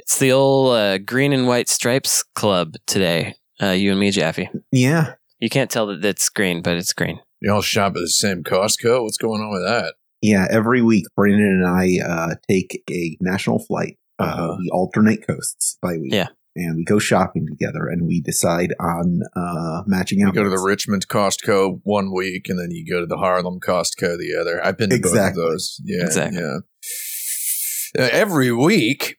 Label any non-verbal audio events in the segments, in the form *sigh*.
It's the old uh, green and white stripes club today. Uh, you and me, Jaffe. Yeah. You can't tell that it's green, but it's green. Y'all shop at the same Costco? What's going on with that? Yeah. Every week, Brandon and I uh, take a national flight. Uh, Uh-huh. we alternate coasts by week. Yeah. And we go shopping together and we decide on uh, matching You outfits. go to the Richmond Costco one week and then you go to the Harlem Costco the other. I've been to Exactly. both of those. Yeah. Exactly. Yeah. Uh, Every week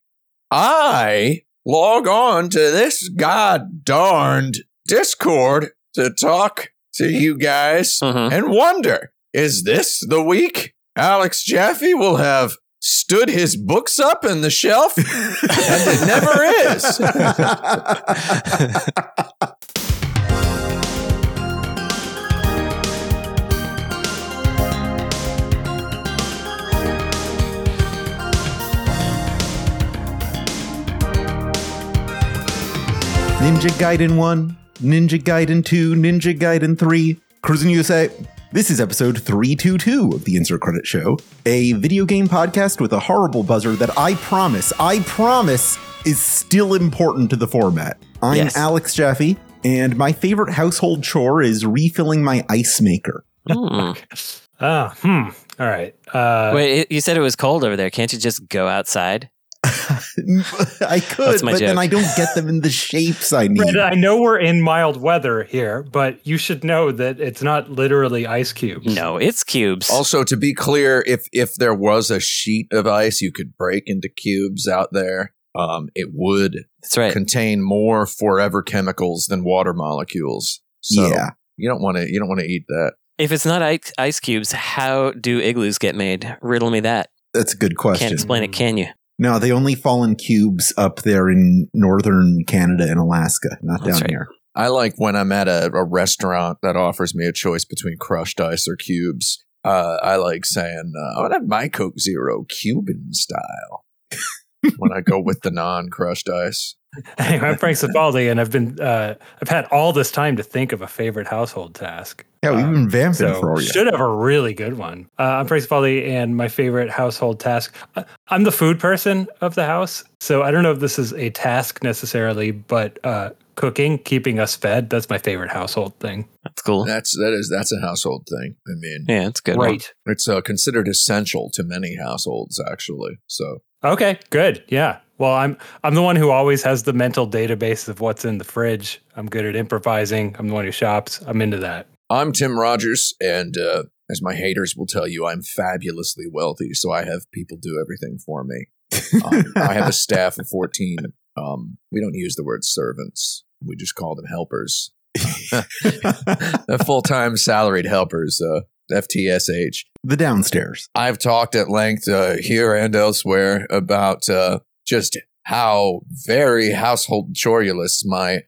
I log on to this god darned Discord to talk to you guys *laughs* Mhm. and wonder is this the week Alex Jaffe will have stood his books up in the shelf? *laughs* and it never is. *laughs* Ninja Gaiden 1, Ninja Gaiden 2, Ninja Gaiden 3, Cruising USA. This is episode 322 of the Insert Credit Show, a video game podcast with a horrible buzzer that I promise, I promise is still important to the format. I'm Yes. Alex Jaffe, and my favorite household chore is refilling my ice maker. *laughs* Mm. Oh, hmm. All right. Uh, Wait, it- you said it was cold over there. Can't you just go outside? I could, That's but my then joke. I don't get them in the shapes I need. Fred, I know we're in mild weather here, but you should know that it's not literally ice cubes. No, it's cubes. Also, to be clear, if if there was a sheet of ice you could break into cubes out there, um, it would That's right. contain more forever chemicals than water molecules. So yeah. you don't want to you don't want to eat that. If it's not ice, ice cubes, how do igloos get made? Riddle me that. That's a good Can't question. explain it, can you? No, they only fall in cubes up there in northern Canada and Alaska, not That's down right. here. I like when I'm at a, a restaurant that offers me a choice between crushed ice or cubes. Uh, I like saying, uh, I want to have my Coke Zero Cuban style *laughs* when I go with the non crushed ice. *laughs* Anyway, I'm Frank Cifaldi, and I've been uh, I've had all this time to think of a favorite household task. Yeah, we've been vamping for So all *laughs* should have a really good one. Uh, I'm Frank Cifaldi, and my favorite household task. uh, I'm the food person of the house, so I don't know if this is a task necessarily, but uh, cooking, keeping us fed, that's my favorite household thing. That's cool. That's that is that's a household thing. I mean, Yeah, that's good. right. It's uh, considered essential to many households, actually. So Okay, good. Yeah. Well, I'm I'm the one who always has the mental database of what's in the fridge. I'm good at improvising. I'm the one who shops. I'm into that. I'm Tim Rogers, and uh, as my haters will tell you, I'm fabulously wealthy. So I have people do everything for me. Um, I have a staff of 14. Um, we don't use the word servants, we just call them helpers. Full time salaried helpers, uh, FTSH. the downstairs. I've talked at length uh, here and elsewhere about uh, just how very household chorulous my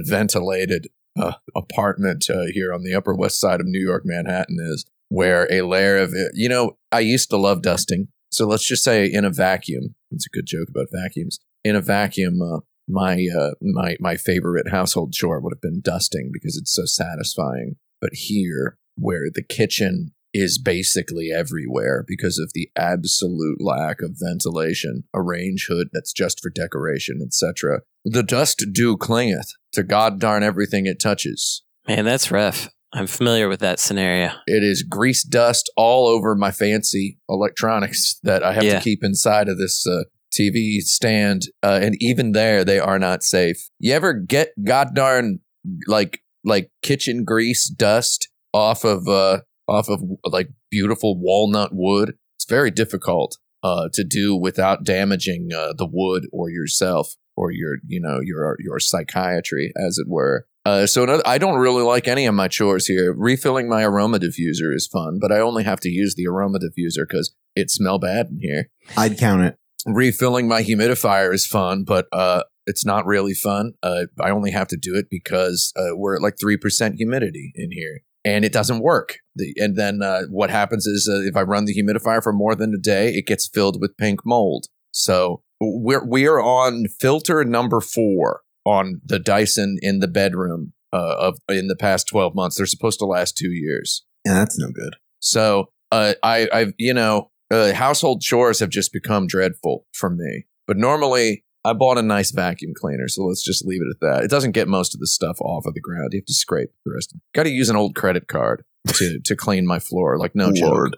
unventilated uh, apartment uh, here on the Upper West Side of New York, Manhattan is, where a layer of, uh, you know, I used to love dusting. So let's just say in a vacuum, it's a good joke about vacuums. In a vacuum, uh, my uh, my my favorite household chore would have been dusting because it's so satisfying. But here, where the kitchen is basically everywhere because of the absolute lack of ventilation, a range hood that's just for decoration, etc. The dust do clingeth to god darn everything it touches. Man, that's rough. I'm familiar with that scenario. It is grease dust all over my fancy electronics that I have Yeah. to keep inside of this uh, TV stand. Uh, and even there, they are not safe. You ever get god darn like like kitchen grease dust off of uh off of like beautiful walnut wood? It's very difficult uh, to do without damaging uh, the wood or yourself or your you know your your psychiatry as it were. Uh, so another, I don't really like any of my chores here. Refilling my aroma diffuser is fun, but I only have to use the aroma diffuser because it smell bad in here. I'd count it. Refilling my humidifier is fun, but uh, it's not really fun. Uh, I only have to do it because uh, we're at like three percent humidity in here, and it doesn't work. The, and then uh, what happens is uh, if I run the humidifier for more than a day, it gets filled with pink mold. So we're we are on filter number four on the Dyson in the bedroom uh, of in the past twelve months. They're supposed to last two years. Yeah, that's no good. So uh, I, I've you know, uh, household chores have just become dreadful for me. But normally, I bought a nice vacuum cleaner, so let's just leave it at that. It doesn't get most of the stuff off of the ground. You have to scrape the rest. Got to use an old credit card to to clean my floor. Like no joke, Lord.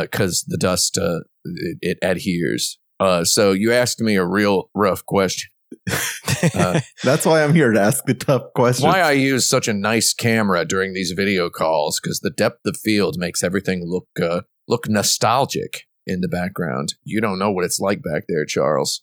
because the dust uh, it, it adheres. Uh, so you asked me a real rough question. Uh, That's why I'm here to ask the tough questions. Why I use such a nice camera during these video calls? Because the depth of field makes everything look uh, look nostalgic in the background. You don't know what it's like back there, Charles.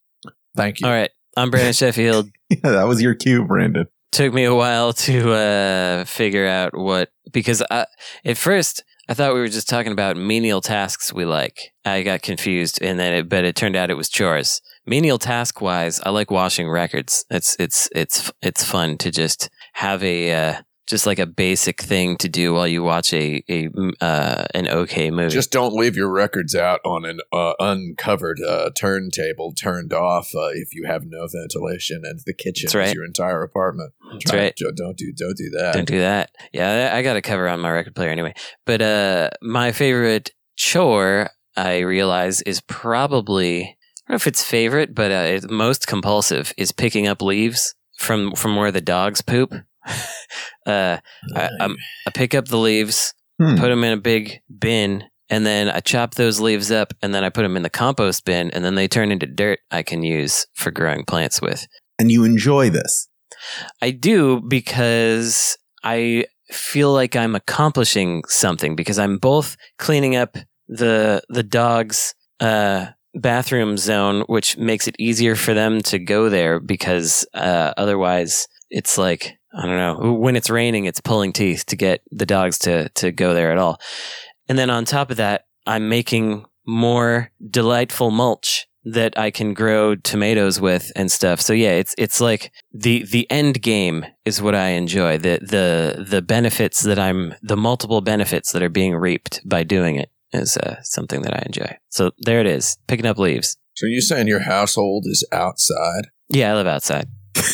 Thank *laughs* you. All right. I'm Brandon Sheffield. *laughs* yeah, that was your cue, Brandon. Took me a while to uh, figure out what, because I, at first I thought we were just talking about menial tasks we like. I got confused, and then it, but it turned out it was chores. Menial task wise, I like washing records. It's it's it's it's fun to just have a uh, just like a basic thing to do while you watch a a uh, an okay movie. Just don't leave your records out on an uh, uncovered uh, turntable turned off uh, if you have no ventilation and the kitchen That's right. is your entire apartment. That's right. Don't, don't do don't do that. Don't do that. Yeah, I I got a cover on my record player anyway. But uh, my favorite chore, I realize, is probably I don't know if it's favorite, but uh, it's most compulsive is picking up leaves from from where the dogs poop. *laughs* uh, I, I'm, I pick up the leaves, Hmm. put them in a big bin, and then I chop those leaves up, and then I put them in the compost bin, and then they turn into dirt I can use for growing plants with. And you enjoy this. I do because I feel like I'm accomplishing something because I'm both cleaning up the the dog's uh, bathroom zone, which makes it easier for them to go there because uh, otherwise it's like I don't know when it's raining, it's pulling teeth to get the dogs to to go there at all. And then on top of that, I'm making more delightful mulch that I can grow tomatoes with and stuff. So yeah, it's it's like the the end game is what I enjoy. The the the benefits that I'm the multiple benefits that are being reaped by doing it is uh, something that I enjoy. So there it is, picking up leaves. So you're saying your household is outside? Yeah, I live outside.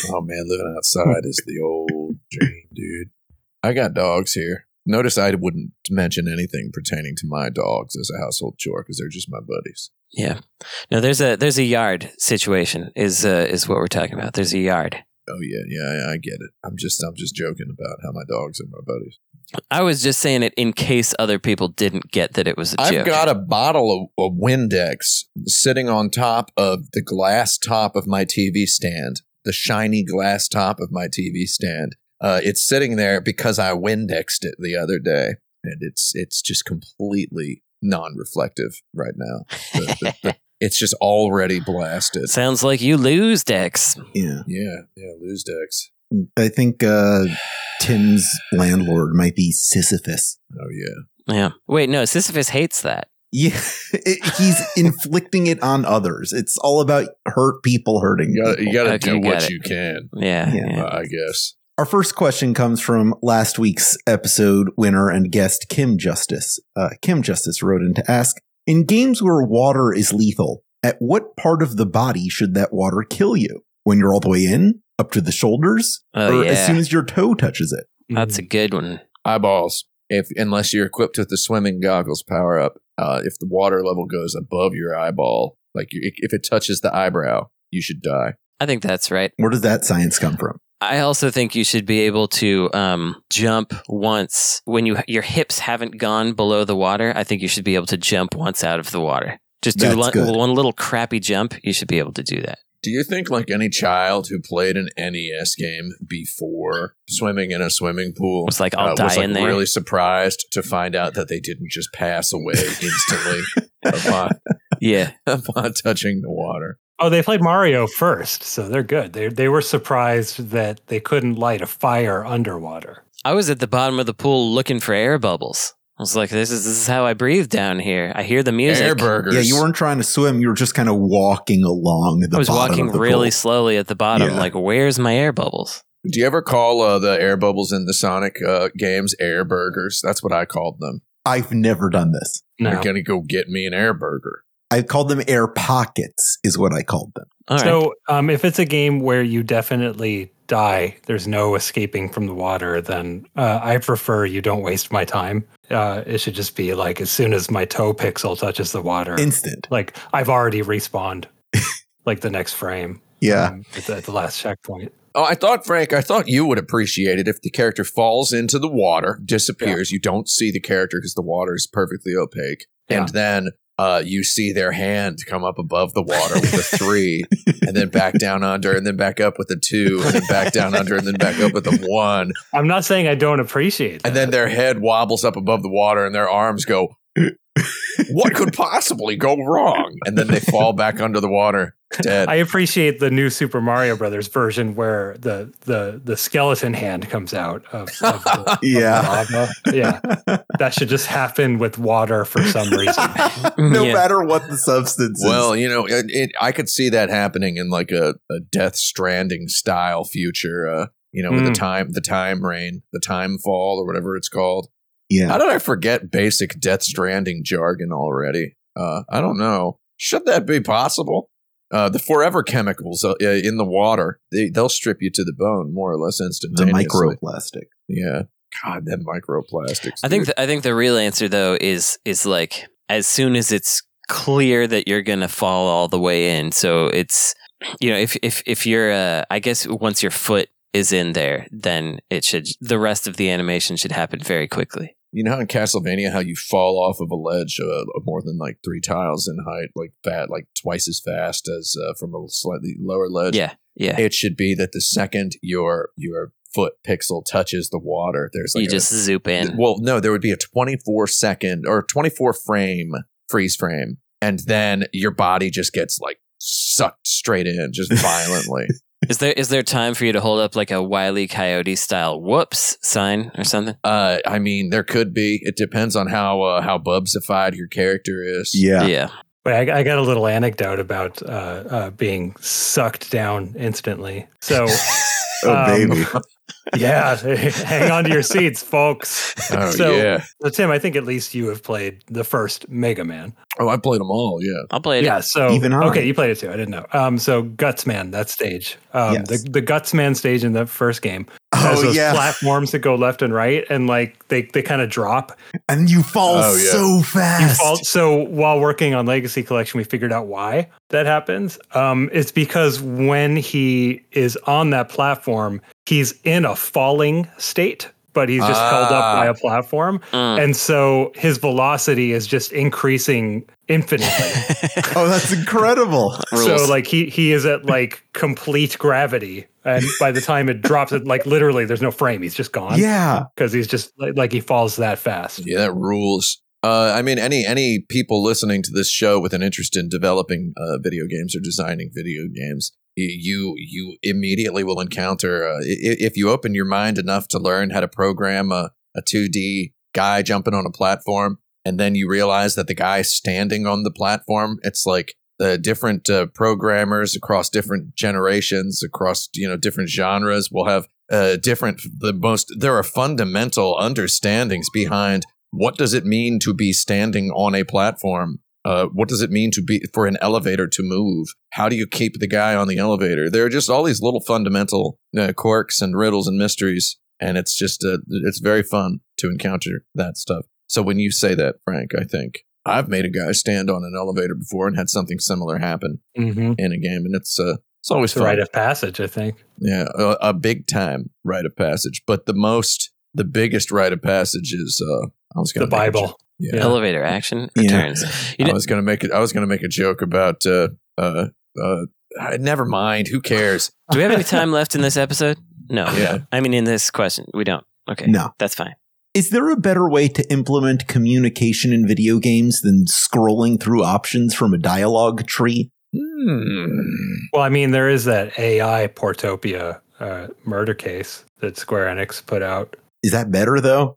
Oh man, living outside is the old dream, dude. I got dogs here. Notice I wouldn't mention anything pertaining to my dogs as a household chore because they're just my buddies. Yeah. No, there's a there's a yard situation is uh, is what we're talking about. There's a yard. Oh yeah, yeah, yeah, I get it. I'm just, I'm just joking about how my dogs are my buddies. I was just saying it in case other people didn't get that it was a I've joke. got a bottle of, of Windex sitting on top of the glass top of my TV stand, the shiny glass top of my TV stand. Uh, it's sitting there because I Windexed it the other day, and it's it's just completely non-reflective right now. The- the- *laughs* the- it's just already blasted. Sounds like you lose, Dex. Yeah. Yeah, yeah, lose Dex. I think uh, Tim's landlord might be Sisyphus. Oh yeah, Yeah. Wait, no, Sisyphus hates that. Yeah, *laughs* it, he's inflicting it on others. It's all about hurt people hurting. you gotta, you people. gotta Okay, do got what it. you can. Yeah. Yeah. yeah. uh, I guess. Our first question comes from last week's episode winner and guest Kim Justice. Uh, Kim Justice wrote in to ask In games where water is lethal, at what part of the body should that water kill you? When you're all the way in, up to the shoulders, Oh, or yeah. as soon as your toe touches it? That's a good one. eyeballs. If unless you're equipped with the swimming goggles power up, uh, if the water level goes above your eyeball, like you, if it touches the eyebrow, you should die. I think that's right. Where does that science come from? I also think you should be able to um, jump once when you your hips haven't gone below the water. I think you should be able to jump once out of the water. Just do That's one, good. one little crappy jump. You should be able to do *laughs* that. Do you think like any child who played an NES game before swimming in a swimming pool Was like, I'll uh, die was like in there. really surprised to find out that they didn't just pass *laughs* away instantly upon, Yeah, upon touching the water? Oh, they played Mario first, so they're good. They they were surprised that they couldn't light a fire underwater. I was at the bottom of the pool looking for air bubbles. I was like, this is this is how I breathe down here. I hear the music. Air burgers. Yeah, you weren't trying to swim. You were just kind of walking along the I was bottom walking of the really pool. slowly at the bottom. Yeah. Like, where's my air bubbles? Do you ever call uh, the air bubbles in the Sonic uh, games air burgers? That's what I called them. I've never done this. No. You're gonna go get me an air burger. I called them air pockets, is what I called them. All right. So, um, if it's a game where you definitely die, there's no escaping from the water, then uh, I prefer you don't waste my time. Uh, it should just be like as soon as my toe pixel touches the water, Instant. *laughs* like I've already respawned, like the next frame. Yeah. um, at, the, at the last checkpoint. Oh, I thought, Frank, I thought you would appreciate it if the character falls into the water, disappears. You don't see the character because the water is perfectly opaque. And then uh, you see their hand come up above the water with a three, and then back down under, and then back up with a two, and then back down under, and then back up with a one. I'm not saying I don't appreciate that. And then their head wobbles up above the water, and their arms go, What could possibly go wrong? And then they fall back under the water, dead. I appreciate the new Super Mario Brothers version where the the the skeleton hand comes out of, of *laughs* the Yeah. lava. Yeah, that should just happen with water for *laughs* some reason. *laughs* no Yeah. matter what the substance Well, is. you know, it, it, I could see that happening in like a, a Death Stranding style future. Uh, you know, with Hmm. the Mm. time, the time rain, the time fall, or whatever it's called. Yeah. How did I forget basic Death Stranding jargon already? Uh, I don't know. Should that be possible? Uh, the forever chemicals uh, uh, in the water, they, they'll strip you to the bone more or less The instantaneously. microplastic. Yeah. God, them microplastics. I think th- dude. I think the real answer though is is like as soon as it's clear that you're gonna fall all the way in. So it's you know if if if you're uh, I guess once your foot is in there, then it should the rest of the animation should happen very quickly. You know how in Castlevania how you fall off of a ledge uh, of more than like three tiles in height, like fat, like twice as fast as uh, from a slightly lower ledge. Yeah, yeah. it should be that the second your your foot pixel touches the water, there's like you a- just zoop in. well, no, there would be a 24 second or 24 frame freeze frame, and then your body just gets like sucked straight in, *laughs* just violently. Is there is there time for you to hold up like a wily coyote style whoops sign or something? uh, I mean, there could be. It depends on how uh, how bubsified your character is. Yeah. yeah. But I, I got a little anecdote about uh, uh, being sucked down instantly. So *laughs* Oh, Um, baby. yeah, *laughs* hang on to your seats, folks. Oh So- yeah. So Tim, I think at least you have played the first Mega Man. Oh, I played them all. Yeah. I'll play it. Yeah. So Even I. okay, you played it too. I didn't know. Um, so Gutsman, that stage, um, Yes. the the Gutsman stage in the first game has Oh, those yeah. platforms that go left and right, and like they they kind of drop. and you fall Oh, yeah. so You fast. fall- so while working on Legacy Collection, we figured out why that happens. Um, it's because when he is on that platform, he's in a falling state, but he's just held Ah. Hmm. up by a platform, *laughs* Mm. and so his velocity is just increasing infinitely. oh, that's incredible. Rules. So like he he is at like complete gravity, and by the time it drops, it like literally there's no frame. He's just gone yeah. because he's just like, like he falls that fast. Yeah, that rules. Uh, I mean, any any people listening to this show with an interest in developing uh, video games or designing video games, y- you you immediately will encounter uh, i- i- if you open your mind enough to learn how to program a a two D guy jumping on a platform, and then you realize that the guy standing on the platform, it's like uh, different uh, programmers across different generations, across you know different genres, will have uh, different the most. There are fundamental understandings behind what does it mean to be standing on a platform? Uh, what does it mean to be for an elevator to move? How do you keep the guy on the elevator? There are just all these little fundamental uh, quirks and riddles and mysteries, and it's just uh, it's very fun to encounter that stuff. So when you say that, Frank, I think I've made a guy stand on an elevator before and had something similar happen Mm-hmm. in a game, and it's uh, it's always It's a fun. rite of passage, I think. Yeah, a, a big time rite of passage, but the most, the biggest rite of passage is uh, I was The gonna make a Bible. jo- Yeah. Elevator action Yeah. returns. You I know- was gonna make it. I was gonna make a joke about. Uh, uh, uh, I- never mind. Who cares? Do we have any time left in this episode? No. *laughs* Yeah. I mean, in this question, we don't. Okay. No. That's fine. Is there a better way to implement communication in video games than scrolling through options from a dialogue tree? Hmm. Well, I mean, there is that AI Portopia uh, murder case that Square Enix put out. Is that better though?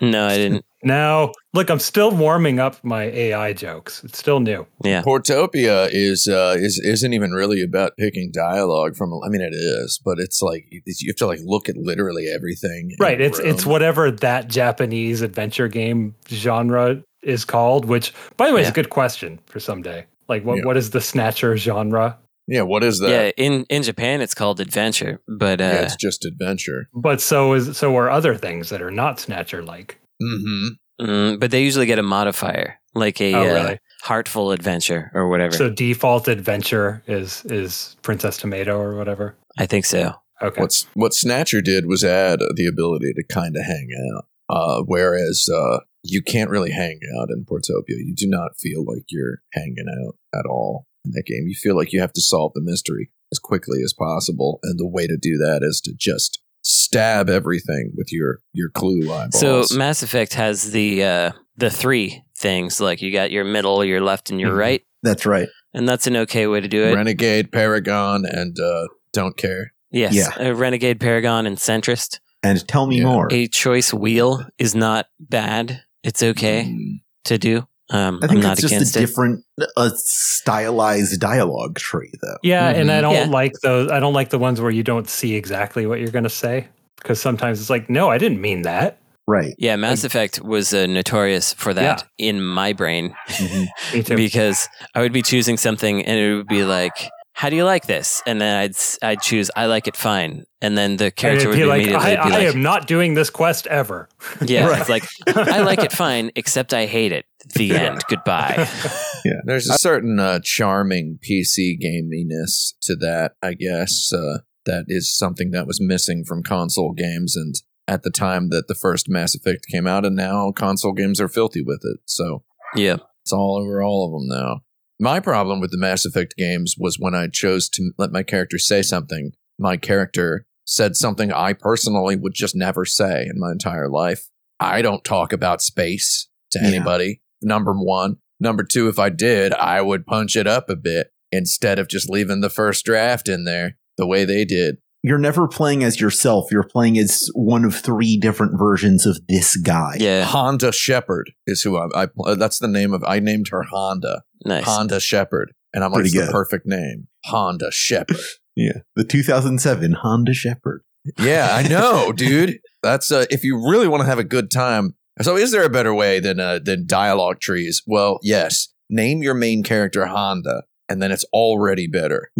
No, I didn't. Now, look, I'm still warming up my AI jokes. It's still new. Yeah. Portopia is uh, is isn't even really about picking dialogue from. I mean, it is, but it's like you you have to like look at literally everything. in Right. the It's it's room. whatever that Japanese adventure game genre is called, which by the way is Yeah. a good question for someday. Like what, Yeah. what is the snatcher genre? yeah. What is that? Yeah. In in Japan, it's called adventure, but uh, Yeah, it's just adventure. But so is so are other things that are not snatcher like. Mm-hmm. mm, but they usually get a modifier like a Oh uh, really? heartful adventure or whatever. So default adventure is is Princess Tomato or whatever. I think so. Okay. What's what Snatcher did was add the ability to kind of hang out, uh, whereas uh, you can't really hang out in Portopia. You do not feel like you're hanging out at all in that game. You feel like you have to solve the mystery as quickly as possible, and the way to do that is to just stab everything with your your clue So eyeballs. Mass Effect has the uh, the three things like you got your middle, your left, and your Mhm. right, That's right. and that's an okay way to do it. Renegade, Paragon, and uh, don't care. yes, Yeah. a renegade, paragon, and centrist. And tell me Yeah. more. A choice wheel is not bad. It's okay Mm. to do. Um, I I'm think not it's just against a it. different, uh, stylized dialogue tree, though. Yeah, and I Mhm. don't Yeah. like those. I don't like the ones where you don't see exactly what you're going to say because sometimes it's like, no, I didn't mean that. Right. Yeah, Mass Effect was uh, notorious for that in my brain Me too. because I would be choosing something and it would be like, "How do you like this?" And then I'd s- I'd choose, "I like it fine," and then the And character it'd would be like, immediately I, be I like, am not doing this quest ever. "Yeah," *laughs* Right. it's like I like it fine, except I hate it. The end. *laughs* Goodbye. There's a certain uh, charming PC gaminess to that, I guess. Uh, that is something that was missing from console games, and at the time that the first Mass Effect came out, and now console games are filthy with it. So yeah. it's all over all of them now. My problem with the Mass Effect games was when I chose to let my character say something, my character said something I personally would just never say in my entire life. I don't talk about space to Yeah. anybody, number one. Number two, if I did, I would punch it up a bit instead of just leaving the first draft in there the way they did. You're never playing as yourself. You're playing as one of three different versions of this guy. Yeah. Honda Shepherd is who I, I pl- that's the name of, I named her Honda, Nice. Honda Shepherd. And I'm like, Pretty it's the good. perfect name, Honda Shepherd. *laughs* Yeah. The 2007 Honda Shepherd. Yeah, I know, dude. That's uh, if you really want to have a good time. So, is there a better way than uh, than dialogue trees? Well, yes. Name your main character Honda, and then it's *laughs* already better.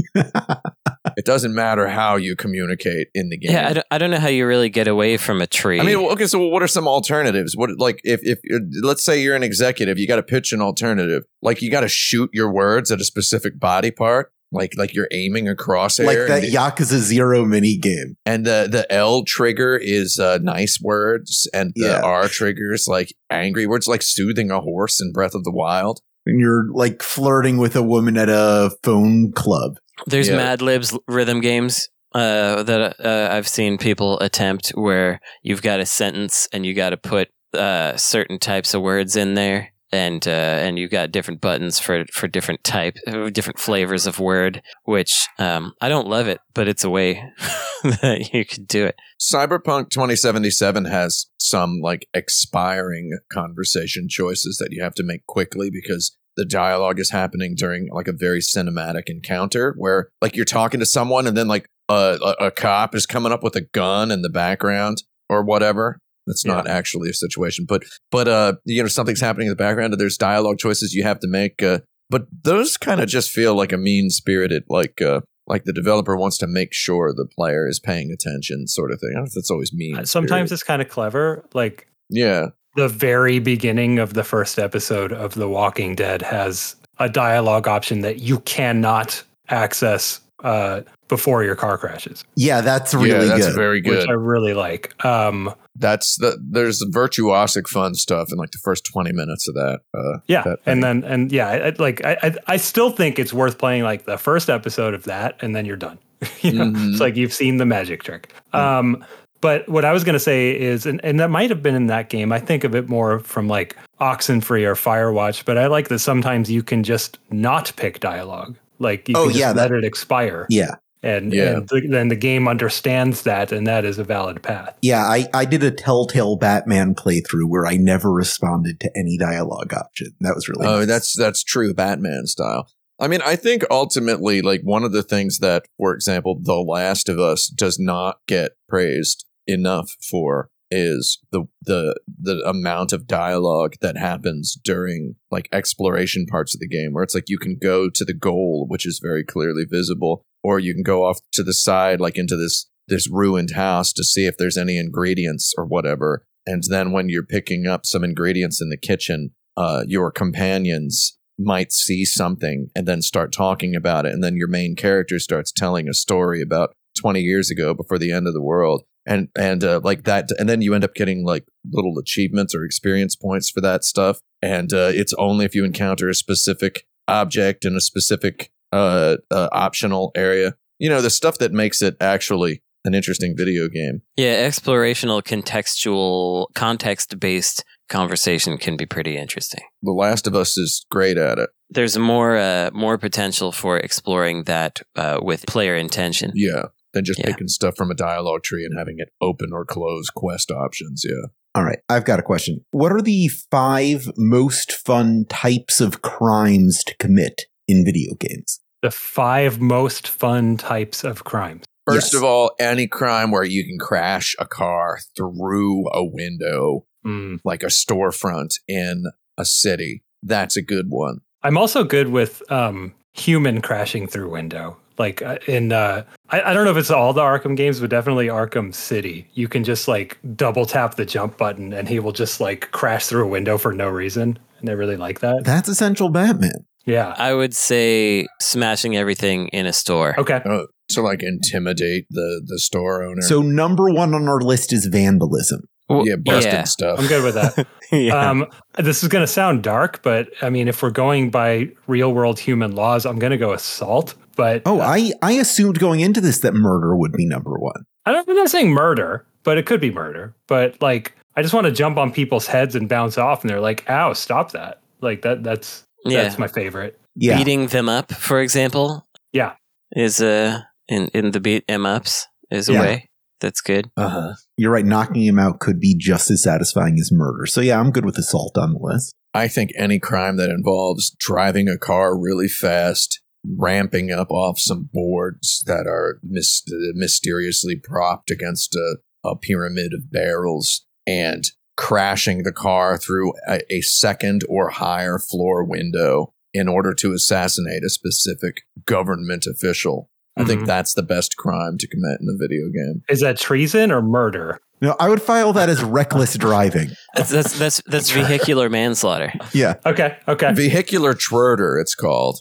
it doesn't matter how you communicate in the game. Yeah, I don't, I don't know how you really get away from a tree. I mean, well, okay. So, what are some alternatives? What like if if you're- let's say you're an executive, you got to pitch an alternative. Like you got to shoot your words at a specific body part. Like like you're aiming a crosshair. like and that the- Yakuza Zero mini game. and the the L trigger is uh, nice words, and the Yeah. R trigger is like angry words, like soothing a horse in Breath of the Wild. And you're like flirting with a woman at a phone club. There's Yeah. Mad Libs rhythm games uh, that uh, I've seen people attempt where you've got a sentence and you got to put uh, certain types of words in there, and uh, and you got different buttons for for different type, uh, different flavors of word. Which um, I don't love it, but it's a way *laughs* that you could do it. Cyberpunk 2077 has some like expiring conversation choices that you have to make quickly because the dialogue is happening during like a very cinematic encounter where like you're talking to someone and then like a, a, a cop is coming up with a gun in the background or whatever. That's not actually a situation, but but uh you know something's happening in the background and there's dialogue choices you have to make. Uh, but those kind of just feel like a mean spirited like uh like the developer wants to make sure the player is paying attention sort of thing. I don't know if that's always mean. Uh, Sometimes spirited. it's kind of clever. Like yeah. the very beginning of the first episode of The Walking Dead has a dialogue option that you cannot access uh, before your car crashes, Yeah, that's really yeah, that's good. very good. which I really like. Um, that's the there's virtuosic fun stuff in like the first 20 minutes of that. Uh Yeah, that and thing. then and yeah, I, I- like I, I I still think it's worth playing like the first episode of that, and then you're done. *laughs* you know, Mhm. it's like you've seen the magic trick. Um, but what I was gonna say is, and, and that might have been in that game. I think of it more from like Oxenfree or Firewatch, but I like that sometimes you can just not pick dialogue. Like you Oh, can just yeah, let it expire, yeah. and, Yeah. and th- then the game understands that, and that is a valid path. Yeah, I, I did a Telltale Batman playthrough where I never responded to any dialogue option. That was really Oh, nice. that's that's true, Batman style. I mean, I think ultimately, like one of the things that, for example, The Last of Us does not get praised enough for is the the the amount of dialogue that happens during like exploration parts of the game where it's like you can go to the goal which is very clearly visible or you can go off to the side like into this this ruined house to see if there's any ingredients or whatever and then when you're picking up some ingredients in the kitchen uh, your companions might see something and then start talking about it. And then your main character starts telling a story about 20 years ago before the end of the world. And, and uh, like that. And then you end up getting like little achievements or experience points for that stuff. And uh, it's only if you encounter a specific object in a specific uh, uh, optional area. You know, the stuff that makes it actually an interesting video game. Yeah, explorational, contextual, context based conversation can be pretty interesting. The Last of Us is great at it. There's more uh, more potential for exploring that uh, with player intention. Yeah. Than just Yeah. picking stuff from a dialogue tree and having it open or close quest options. Yeah. All right, I've got a question. What are the five most fun types of crimes to commit in video games? The five most fun types of crimes. First Yes. of all, any crime where you can crash a car through a window, Mm. like a storefront in a city, that's a good one. I'm also good with um, human crashing through window. Like uh, in, uh, I, I don't know if it's all the Arkham games, but definitely Arkham City. You can just like double tap the jump button and he will just like crash through a window for no reason. And I really like that. That's essential Batman. Yeah. I would say smashing everything in a store. Okay. Uh, to like intimidate the the store owner. So number one on our list is vandalism. Well, yeah, busting *laughs* stuff. I'm good with that. Yeah. Um, this is going to sound dark, but I mean, if we're going by real world human laws, I'm going to go assault. But Oh, I, I assumed going into this that murder would be number one. I don't, I'm not saying murder, but it could be murder. But like, I just want to jump on people's heads and bounce off, and they're like, "Ow, stop that!" Like that. That's yeah. that's my favorite. Yeah. beating them up, for example. Yeah. Is uh in in the beat em ups is a Yeah. way that's good. Uh-huh. You're right. Knocking him out could be just as satisfying as murder. So, yeah, I'm good with assault on the list. I think any crime that involves driving a car really fast, ramping up off some boards that are mis- mysteriously propped against a, a pyramid of barrels, and crashing the car through a, a second or higher floor window in order to assassinate a specific government official. I think Mhm. that's the best crime to commit in a video game. Is that treason or murder? No, I would file that as *laughs* reckless driving. That's that's that's, *laughs* that's vehicular manslaughter. Yeah. Okay, okay. Vehicular trurder, it's called.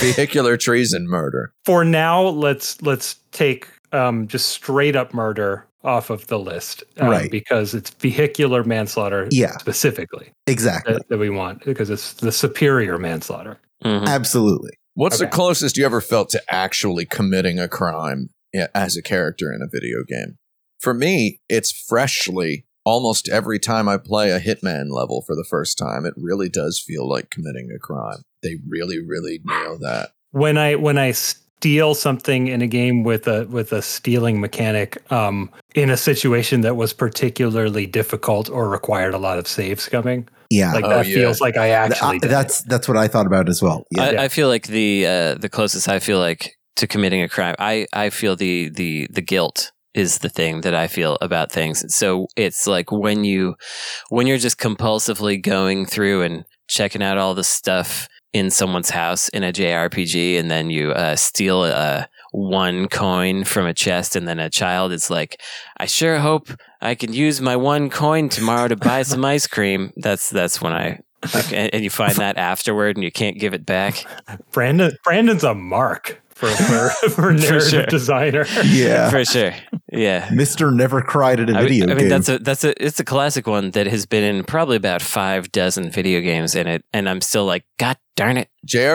Vehicular treason murder. For now, let's let's take um, just straight up murder off of the list, um, Right. Because it's vehicular manslaughter Yeah, specifically exactly. that, that we want because it's the superior manslaughter. Mhm. Absolutely. What's the Okay. closest you ever felt to actually committing a crime i- as a character in a video game? For me, it's freshly almost every time I play a Hitman level for the first time. It really does feel like committing a crime. They really, really nail that. when I when I steal something in a game with a with a stealing mechanic um, in a situation that was particularly difficult or required a lot of saves coming, Yeah. like Oh, that yeah. feels like I Th- actually I- did. that's that's what I thought about as well. Yeah. I, Yeah. I feel like the uh, the closest I feel like to committing a crime. I, I feel the the the guilt is the thing that I feel about things. So it's like when you when you're just compulsively going through and checking out all the stuff in someone's house in a JRPG, and then you uh, steal a one coin from a chest and then a child it's like i sure hope i can use my one coin tomorrow to buy some ice cream that's that's when i like, and, and you find that afterward and you can't give it back Brandon Brandon's a mark for for, for narrative sure. designer. *laughs* yeah. *laughs* for sure yeah Mister never cried at a I mean, video I mean game. that's a that's a it's a classic one that has been in probably about five dozen video games in it, and I'm still like, God darn it!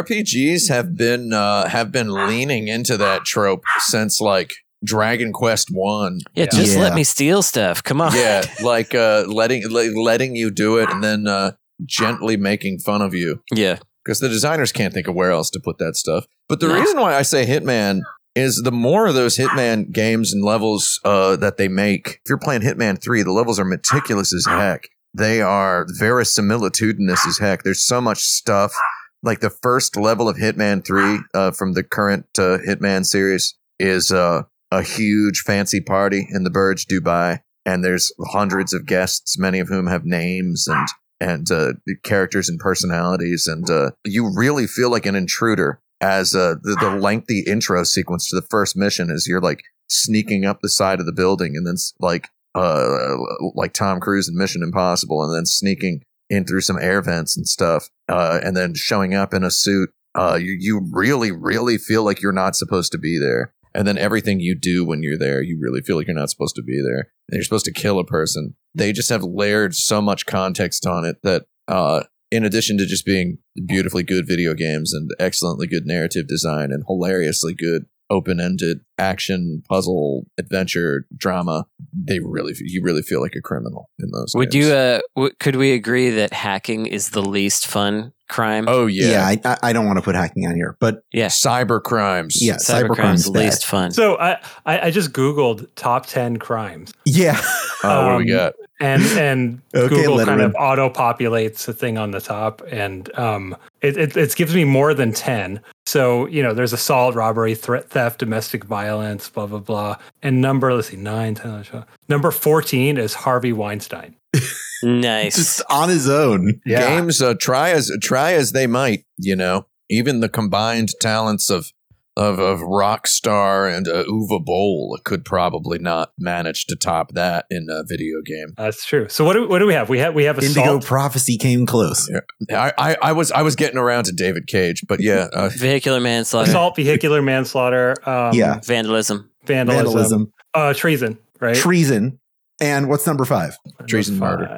JRPGs have been uh, have been leaning into that trope since like Dragon Quest One. Yeah, Yeah. just Yeah. let me steal stuff. Come on, Yeah, like uh, letting like, letting you do it and then uh, gently making fun of you. *laughs* yeah, because the designers can't think of where else to put that stuff. But the No. reason why I say Hitman is the more of those Hitman games and levels uh, that they make, if you're playing Hitman 3, the levels are meticulous as heck. They are verisimilitudinous as heck. There's so much stuff. Like the first level of Hitman 3 uh, from the current uh, Hitman series is uh, a huge fancy party in the Burj, Dubai. And there's hundreds of guests, many of whom have names and and uh, characters and personalities, and uh, you really feel like an intruder as uh, the, the lengthy intro sequence to the first mission is you're like sneaking up the side of the building and then s- like uh, like Tom Cruise in Mission Impossible, and then sneaking in through some air vents and stuff, uh, and then showing up in a suit, uh, you, you really, really feel like you're not supposed to be there. And then everything you do when you're there, you really feel like you're not supposed to be there. And you're supposed to kill a person. They just have layered so much context on it that, uh, in addition to just being beautifully good video games and excellently good narrative design and hilariously good open-ended action puzzle adventure drama they really you really feel like a criminal in those Would games. you? Uh, w- could we agree that hacking is the least fun crime? oh yeah, Yeah, I I, I don't want to put hacking on here, but yes, cyber crimes yeah, cybercrime's cybercrime's bad. least fun. So I, I, I just Googled top 10 crimes yeah, oh what do we Um, got and, and *laughs* Okay, Google kind Letterman. of auto populates the thing on the top. And um, it, it, it gives me more than 10. So, you know, there's assault, robbery, threat, theft, domestic violence, blah, blah, blah. And number, let's see, nine, 10, 11, 12. number 14 is Harvey Weinstein. nice. *laughs* just on his own. games uh, try as try as they might you know even the combined talents of of, of Rockstar and uh, Uva Bowl could probably not manage to top that in a video game. That's true. So what do, what do we have? We have, we have assault. Indigo Prophecy came close. I, I, I was I was getting around to David Cage, but yeah, uh, *laughs* Vehicular manslaughter, assault, vehicular manslaughter, um, Yeah. vandalism, vandalism, Vandalism, Uh, treason, right? treason, and what's number five? treason, Five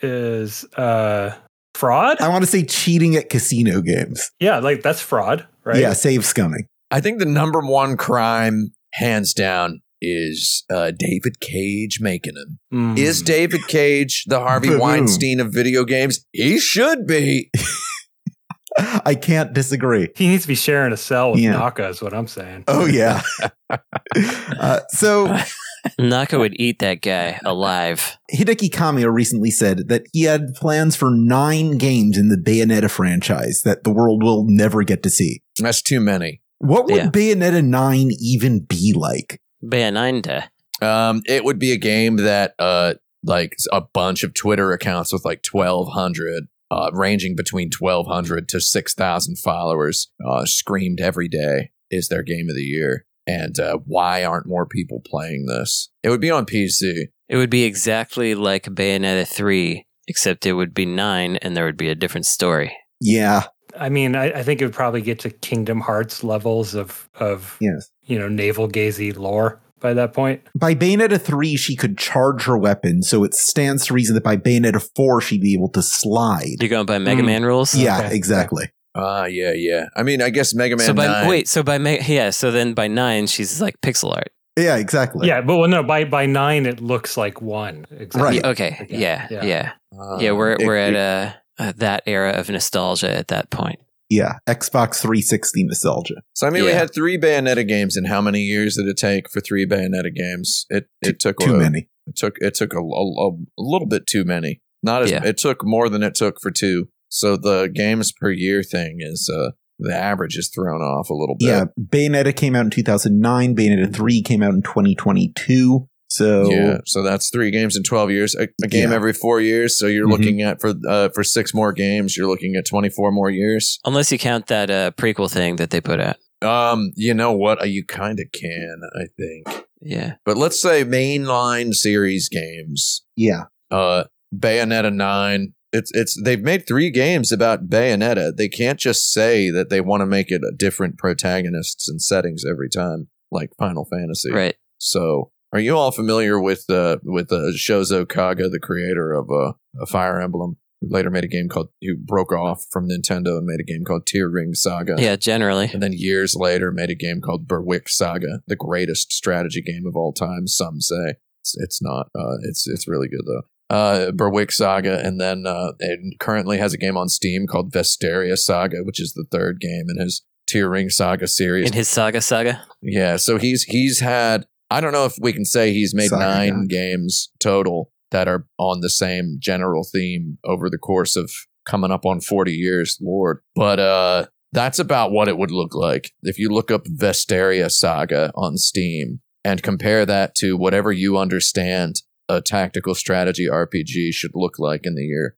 is uh, fraud. I want to say cheating at casino games. yeah, like that's fraud, right? Yeah, save scumming. I think the number one crime, hands down, is uh, David Cage making him. Mm. Is David Cage the Harvey *laughs* Boom. Weinstein of video games? He should be. I can't disagree. he needs to be sharing a cell with Yeah. Naka? Is what I'm saying. Oh yeah. *laughs* uh, so Naka would eat that guy alive. Hideki Kamiya recently said that he had plans for nine games in the Bayonetta franchise that the world will never get to see. That's too many. What would Yeah. Bayonetta 9 even be like? Bayaninda. Um, it would be a game that, uh, like a bunch of Twitter accounts with like twelve hundred, uh, ranging between twelve hundred to six thousand followers, uh, screamed every day is their game of the year. And uh, why aren't more people playing this? It would be on PC. It would be exactly like Bayonetta 3, except it would be 9 and there would be a different story. Yeah. I mean, I, I think it would probably get to Kingdom Hearts levels of of Yes. you know navel gazy lore by that point. By Bayonetta 3, she could charge her weapon, so it stands to reason that by Bayonetta 4, she'd be able to slide. You're going by Mega Hmm. Mm. Man rules? Yeah, okay. exactly. Ah, yeah, yeah. I mean, I guess Mega Man. So by 9 wait, so by Ma- yeah, so then by 9 she's like pixel art. Yeah, exactly. yeah, but well, no, by by nine it looks like one. Exactly. Right. Yeah, okay. Okay. Yeah. Yeah. Yeah. Yeah, uh, we're it- we're at it- uh, uh, that era of nostalgia at that point. Yeah. Xbox 360 nostalgia. so I mean, we yeah. had three Bayonetta games, and how many years did it take for three Bayonetta games? It it took Too a, many. It took it took a, a, a little bit too many. Not as Yeah. it took more than it took for two. So the games per year thing is uh the average is thrown off a little bit. Yeah. Bayonetta came out in 2009. Bayonetta 3 came out in 2022. So Yeah, so that's three games in twelve years, a, a game Yeah. every four years. So you're Mhm. looking at for uh, for six more games, you're looking at twenty four more years. Unless you count that uh, prequel thing that they put out. Um, you know what? Uh, You kind of can, I think. Yeah. But let's say mainline series games. yeah. Uh Bayonetta 9. It's it's they've made 3 games about Bayonetta. They can't just say that they want to make it a different protagonists and settings every time like Final Fantasy. Right. So, are you all familiar with uh with uh, Shozo Kaga, the creator of uh, a Fire Emblem? Who later made a game called who broke off from Nintendo and made a game called Tear Ring Saga. Yeah, generally. And then years later, made a game called Berwick Saga, the greatest strategy game of all time. Some say it's, it's not. Uh, it's it's really good though. Uh, Berwick Saga, and then uh, and currently has a game on Steam called Vesteria Saga, which is the third game in his Tear Ring Saga series. In his saga saga. yeah, so he's he's had. I don't know if we can say he's made Saga, nine yeah. games total that are on the same general theme over the course of coming up on 40 years, Lord. But uh that's about what it would look like. If you look up Vesteria Saga on Steam and compare that to whatever you understand a tactical strategy RPG should look like in the year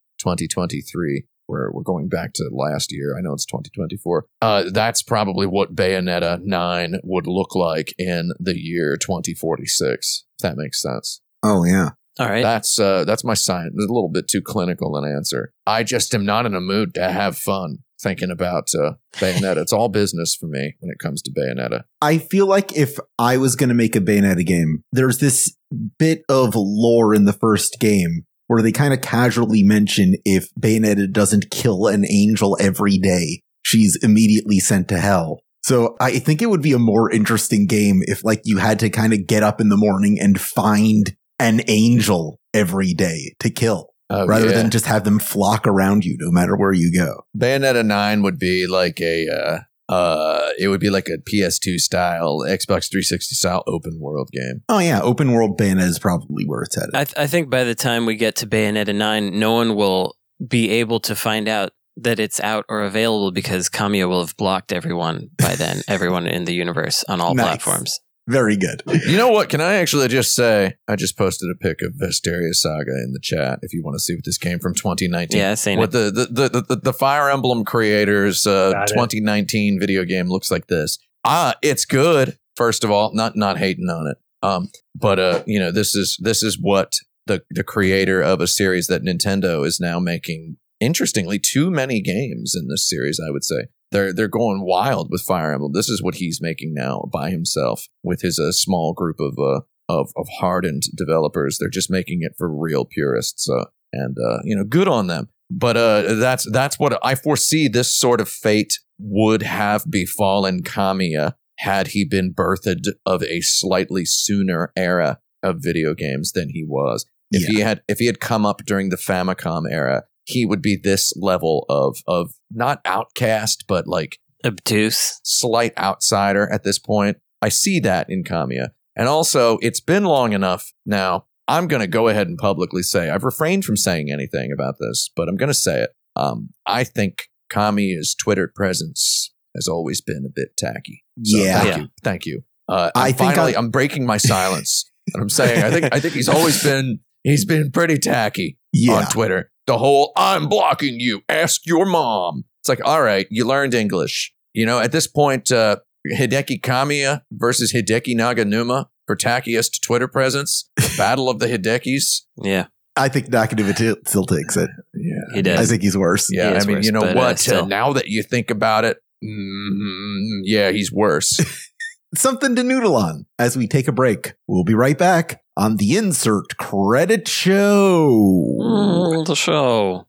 2023, where we're going back to last year. I know it's 2024. Uh, that's probably what Bayonetta 9 would look like in the year 2046, if that makes sense. Oh, yeah. All right. That's uh, that's my sign. A little bit too clinical an answer. I just am not in a mood to have fun thinking about uh, Bayonetta. it's all business for me when it comes to Bayonetta. I feel like if I was going to make a Bayonetta game, there's this bit of lore in the first game where they kind of casually mention if Bayonetta doesn't kill an angel every day, she's immediately sent to hell. So I think it would be a more interesting game if like you had to kind of get up in the morning and find an angel every day to kill Oh, rather yeah. than just have them flock around you no matter where you go. Bayonetta nine would be like a uh, uh, it would be like a PS2 style, Xbox 360 style open world game. Oh yeah, open world Bayonetta is probably where it's headed. I, th- I think by the time we get to Bayonetta 9, no one will be able to find out that it's out or available because Kamiya will have blocked everyone by *laughs* then, everyone in the universe on all Nice. platforms. Very good. You know what? Can I actually just say I just posted a pic of Vesteria Saga in the chat if you want to see what this came from 2019. Yeah, saying What the the, the, the the Fire Emblem creators uh, Got it. 2019 video game looks like this. Ah, it's good. First of all, not not hating on it. Um, but uh, you know, this is this is what the the creator of a series that Nintendo is now making. Interestingly, too many games in this series. I would say they're they're going wild with Fire Emblem. This is what he's making now by himself with his uh, small group of uh of of hardened developers. They're just making it for real purists. Uh, and uh, you know, good on them. But uh, that's that's what I foresee. This sort of fate would have befallen Kamiya had he been birthed of a slightly sooner era of video games than he was. If he had if he had come up during the Famicom era, he would be this level of of not outcast, but like obtuse. slight outsider at this point. I see that in Kamiya. And also, it's been long enough now. I'm going to go ahead and publicly say I've refrained from saying anything about this, but I'm going to say it. Um, I think Kamiya's Twitter presence has always been a bit tacky. So Yeah. Thank Yeah. you. Thank you. Uh, I I think finally, I- I'm breaking my silence. and I'm saying I think I think he's always been he's been pretty tacky on Yeah. Twitter. The whole I'm blocking you, ask your mom. It's like, all right, you learned English. You know, at this point, uh, Hideki Kamiya versus Hideki Naganuma for tackiest Twitter *laughs* presence, battle of the Hidekis. Yeah, I think Nakadeva t- still takes it. Yeah. he does. I think he's worse. Yeah, He I is mean, worse, you know but, uh, what? Uh, still. now that you think about it, mm, yeah, he's *laughs* worse. Something to noodle on as we take a break. We'll be right back on the insert credit show. Mm, the show.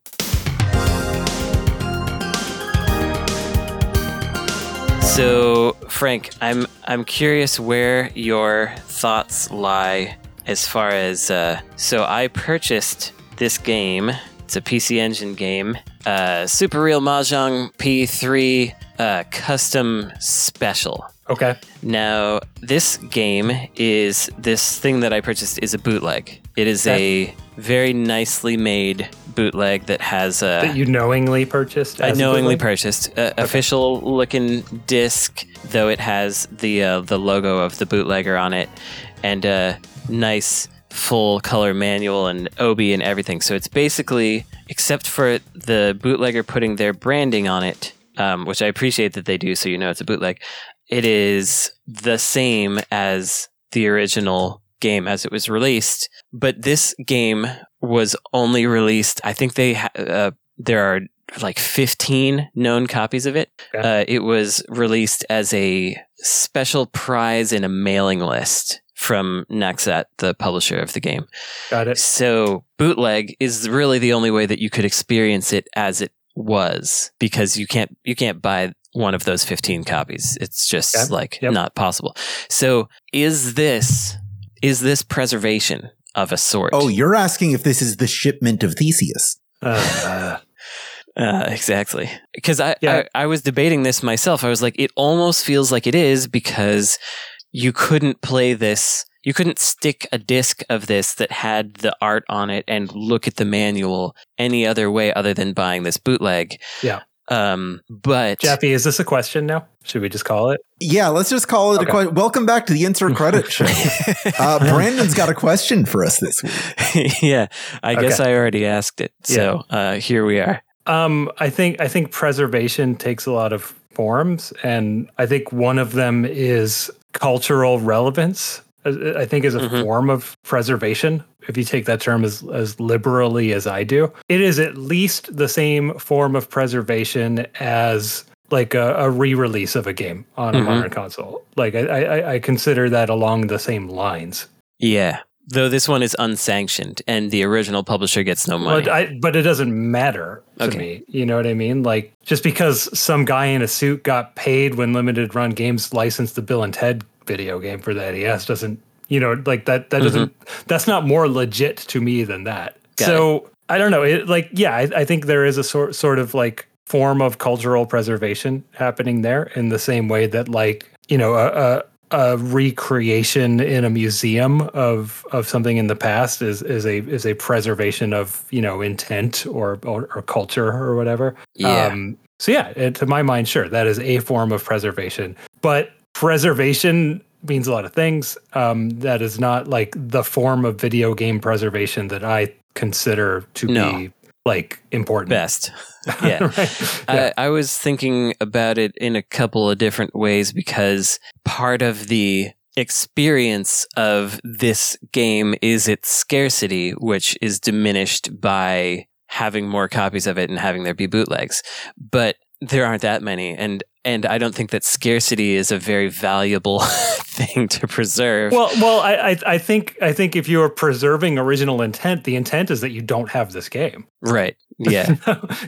So, Frank, I'm I'm curious where your thoughts lie as far as uh, so I purchased this game. It's a PC Engine game, uh, Super Real Mahjong P3 uh, Custom Special. Okay. Now, this game is this thing that I purchased is a bootleg. It is a very nicely made bootleg that has a that you knowingly purchased. I as a knowingly bootleg? purchased uh, official looking disc, though it has the uh, the logo of the bootlegger on it, and a nice full color manual and Obi and everything. So it's basically, except for the bootlegger putting their branding on it, um, which I appreciate that they do, so you know it's a bootleg. It is the same as the original game as it was released, but this game was only released. I think they ha- uh, there are like 15 known copies of it. Okay. Uh, it was released as a special prize in a mailing list from Naxat, the publisher of the game. *laughs* Got it. So bootleg is really the only way that you could experience it as it was because you can't you can't buy one of those 15 copies. It's just Okay. like Yep. not possible. So is this is this preservation of a sort? Oh, you're asking if this is the shipment of Theseus. Uh, Uh, exactly. Because I, Yeah. I, I was debating this myself. I was like, it almost feels like it is because you couldn't play this. You couldn't stick a disc of this that had the art on it and look at the manual any other way other than buying this bootleg. Yeah. Um, but Jeffy, is this a question now? Should we just call it? Yeah, let's just call it Okay. a question. Welcome back to the insert *laughs* credit show. Uh, Brandon's got a question for us this *laughs* week. yeah, I guess I already asked it. So uh, here we are. Um, I think I think preservation takes a lot of forms, and I think one of them is cultural relevance. as- I think, is a Mhm. form of preservation. If you take that term as, as liberally as I do, it is at least the same form of preservation as like a, a re-release of a game on Mhm. a modern console. Like I, I, I- I consider that along the same lines. Yeah. Though this one is unsanctioned and the original publisher gets no money. But I, but it doesn't matter to Okay. me. You know what I mean? Like just because some guy in a suit got paid when Limited Run Games licensed the Bill and Ted video game for the NES doesn't, you know, like that. That doesn't. That's not more legit to me than that. Mm-hmm. Got so I don't know. It like yeah, I, I think there is a sort sort of like form of cultural preservation happening there in the same way that like you know a. a a recreation in a museum of of something in the past is is a is a preservation of you know intent or or, or culture or whatever. yeah. Um, so yeah, it, to my mind, sure, that is a form of preservation. But preservation means a lot of things. Um, that is not like the form of video game preservation that I consider to No. be like important. *laughs* Best. yeah. Uh, Right? Yeah. I, I was thinking about it in a couple of different ways because part of the experience of this game is its scarcity, which is diminished by having more copies of it and having there be bootlegs. But there aren't that many, and and I don't think that scarcity is a very valuable *laughs* thing to preserve. well, well, I, I, I think, I think if you are preserving original intent, the intent is that you don't have this game. right? Yeah.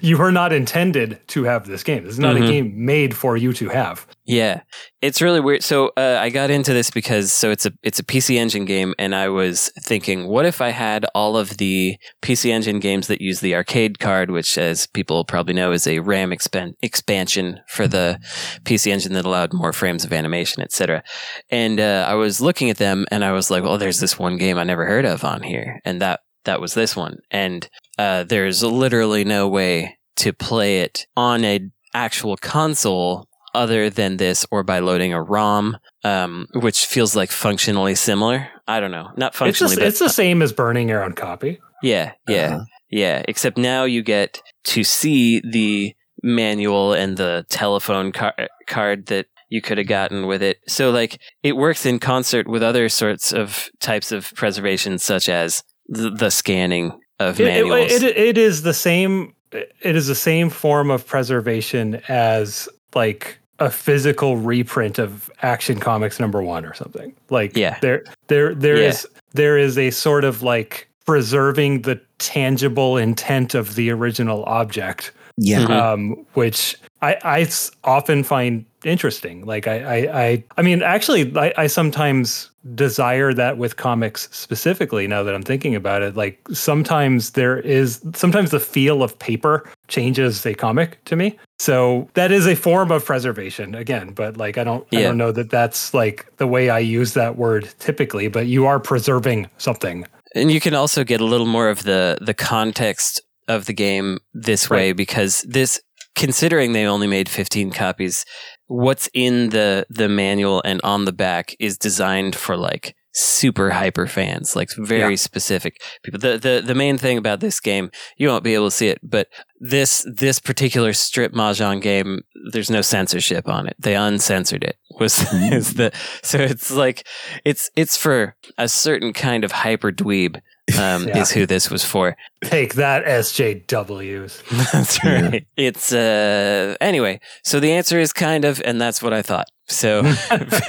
you are not intended to have this game. This is not Mhm. a game made for you to have. Yeah, it's really weird. So uh, I got into this because so it's a it's a PC Engine game, and I was thinking, what if I had all of the PC Engine games that use the arcade card, which, as people probably know, is a RAM expan- expansion for the PC Engine that allowed more frames of animation, etc. And uh, I was looking at them, and I was like, well, there's this one game I never heard of on here, and that that was this one, and uh, there's literally no way to play it on a actual console other than this or by loading a ROM, um, which feels like functionally similar. I don't know, not It's functionally, just, but it's the same as burning your own copy. yeah, yeah, Uh-huh. yeah. Except now you get to see the manual and the telephone car- card that you could have gotten with it. So, like, it works in concert with other sorts of types of preservation, such as the, the scanning of It- manuals. It, it, it is the same. It is the same form of preservation as like a physical reprint of Action Comics number one or something. Like Yeah. there there there Yeah. is- there is a sort of like preserving the tangible intent of the original object Yeah. Mhm. um, which I, I s- often find interesting. Like I, I, I, I mean, actually, I, I sometimes desire that with comics specifically. Now that I'm thinking about it, like sometimes there is sometimes the feel of paper changes a comic to me. So that is a form of preservation again, but like I don't, I Yeah. don't know that that's like the way I use that word typically. But you are preserving something. And you can also get a little more of the the context of the game this way because this considering they only made 15 copies what's in the the manual and on the back is designed for like super hyper fans like very specific people the, the the main thing about this game you won't be able to see it but this this particular strip mahjong game there's no censorship on it they uncensored it was *laughs* is the so it's like it's it's for a certain kind of hyper dweeb um, Yeah. is who this was for. Take that, SJWs. *laughs* That's Yeah. right. It's uh anyway. So the answer is kind of, and that's what I thought. So *laughs* *laughs* very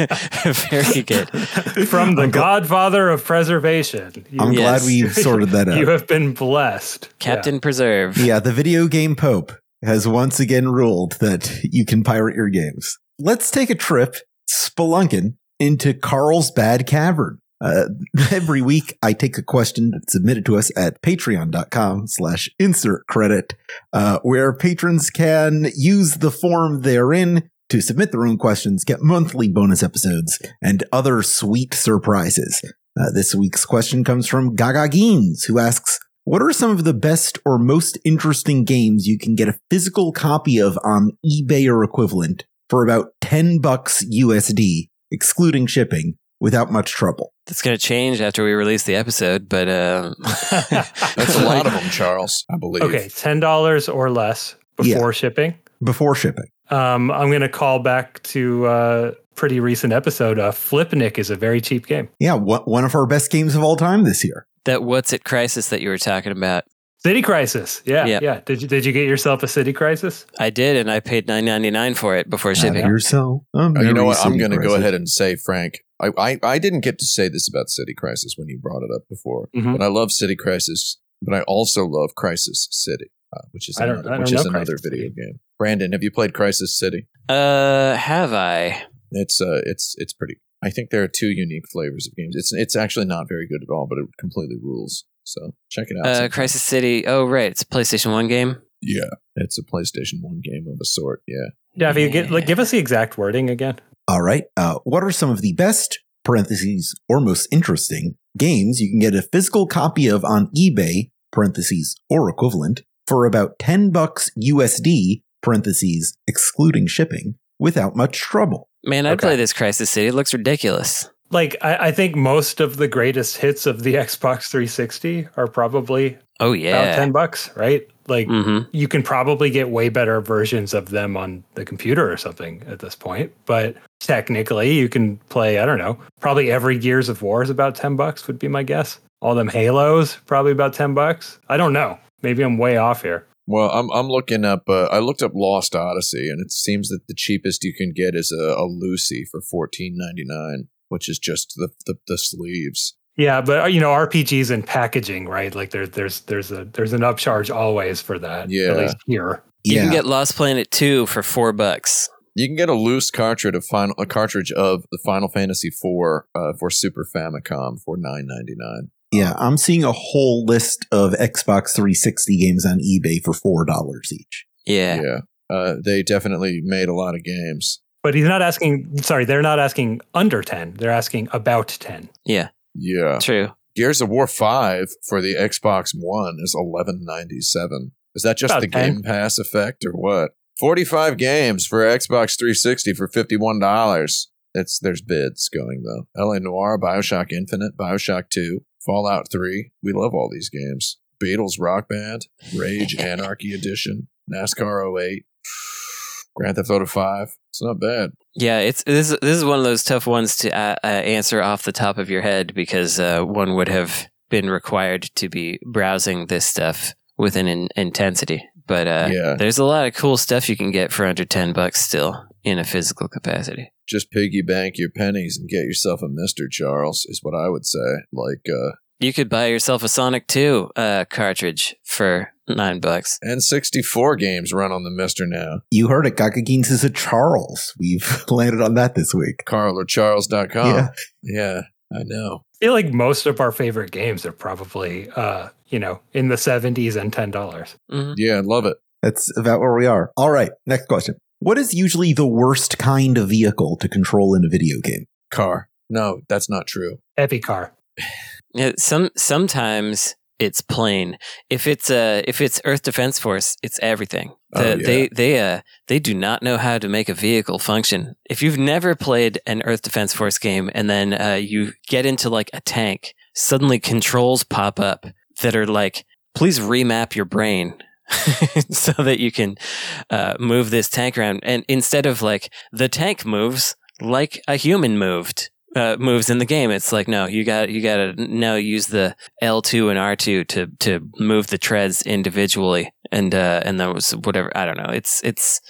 Mm-hmm. good. From the I'm gl- godfather of preservation. You, I'm Yes. glad we sorted *laughs* that you out. have been blessed. Captain Preserve. yeah, the video game Pope has once again ruled that you can pirate your games. Let's take a trip spelunking into Carlsbad Cavern. Uh, *laughs* every week, I take a question that's submitted to us at patreon.com slash insert credit, uh, where patrons can use the form therein to submit their own questions, get monthly bonus episodes, and other sweet surprises. Uh, this week's question comes from Gaga Geens, who asks, what are some of the best or most interesting games you can get a physical copy of on eBay or equivalent for about 10 bucks USD, excluding shipping, without much trouble? That's gonna change after we release the episode, but um, *laughs* Yeah. That's a lot of *laughs* them, Charles, I believe. okay, ten dollars or less before shipping. Before shipping. Um, I'm going to call back to uh, pretty recent episode, uh, Flipnik is a very cheap game. Yeah, wha- one of our best games of all time this year. That what's it crisis that you were talking about? City Crisis. Yeah, Yeah. yeah. Did you did you get yourself a City Crisis? I did, and I paid nine ninety nine for it before shipping. Have yourself. a Uh, you know merry what? I'm city going to go crisis. ahead and say, Frank, I, I, I didn't get to say this about City Crisis when you brought it up before, Mhm. but I love City Crisis, but I also love Crisis City, uh, which is I don't- another, I don't which is know another Crisis video City. game. Brandon, have you played Crisis City? Uh, have I? It's uh, it's it's pretty. I think there are two unique flavors of games. It's it's actually not very good at all, but it completely rules. So check it out. Uh, sometime. Crisis City. Oh, right, it's a PlayStation One game. Yeah, it's a Paystation One game of a sort. Yeah, Yeah, if you get like give us the exact wording again. All right. Uh, what are some of the best parentheses or most interesting games you can get a physical copy of on eBay parentheses or equivalent for about 10 bucks USD parentheses excluding shipping without much trouble? Man, I'd Okay. play this Crisis City. It looks ridiculous. Like I, I think most of the greatest hits of the *laughs* Xbox 360 are probably Oh about yeah. ten bucks, right? Like Mm-hmm. you can probably get way better versions of them on the computer or something at this point. But technically, you can play, I don't know, probably every Gears of War is about 10 bucks, would be my guess. All them Halos, probably about 10 bucks. I don't know. Maybe I'm way off here. Well, I'm I'm looking up. Uh, I looked up Lost Odyssey, and it seems that the cheapest you can get is a, a Lucy for fourteen ninety nine, which is just the, the the sleeves. Yeah, but uh, you know, RPGs and packaging, right? Like there's there's there's a there's an upcharge always for that. Yeah. At least here. You can get Lost Planet Two for four bucks. You can get a loose cartridge of final a cartridge of the Final Fantasy IV uh, for Super Famicom for nine ninety nine. yeah, I'm seeing a whole list of Xbox 360 games on eBay for $4 each. Yeah. Yeah, uh, they definitely made a lot of games. But he's not asking sorry, they're not asking under 10. They're asking about 10. Yeah, True. Gears of War Five for the Xbox One is eleven ninety seven. Is that just About the 10. Game Pass effect or what? Forty five games for Xbox three sixty for fifty one dollars. It's there's bids going though. LA Noir, Bioshock Infinite, Bioshock Two, Fallout Three. We love all these games. Beatles Rock Band, Rage Anarchy Edition, NASCAR 08, Grand Theft Auto Five. It's not bad. Yeah, it's this. This is one of those tough ones to uh, uh, answer off the top of your head because uh, one would have been required to be browsing this stuff with an in- intensity. But uh, Yeah. there's a lot of cool stuff you can get for under ten bucks still in a physical capacity. Just piggy bank your pennies and get yourself a Mister Charles is what I would say. Like uh, You could buy yourself a Sonic Two uh, cartridge for nine bucks. and 64 games run on the Mister now. You heard it. Gakagins is a Charles. We've *laughs* landed on that this week. Carl or Charles.com. Yeah. Yeah. yeah, I know. I feel like most of our favorite games are probably uh, you know, in the 70s and $10. Mhm. Yeah, I love it. That's about where we are. All right, next question. What is usually the worst kind of vehicle to control in a video game? Car. No, that's not true. Epic car. Yeah, some sometimes it's plain. If it's uh if it's Earth Defense Force, it's everything. The, Oh, yeah. They they uh they do not know how to make a vehicle function. If you've never played an Earth Defense Force game and then uh, you get into like a tank, suddenly controls pop up that are like, please remap your brain. *laughs* so that you can uh, move this tank around, and instead of like the tank moves like a human moved uh, moves in the game, it's like no, you got you got to now use the L two and R two to to move the treads individually, and uh, and that was whatever I don't know. It's it's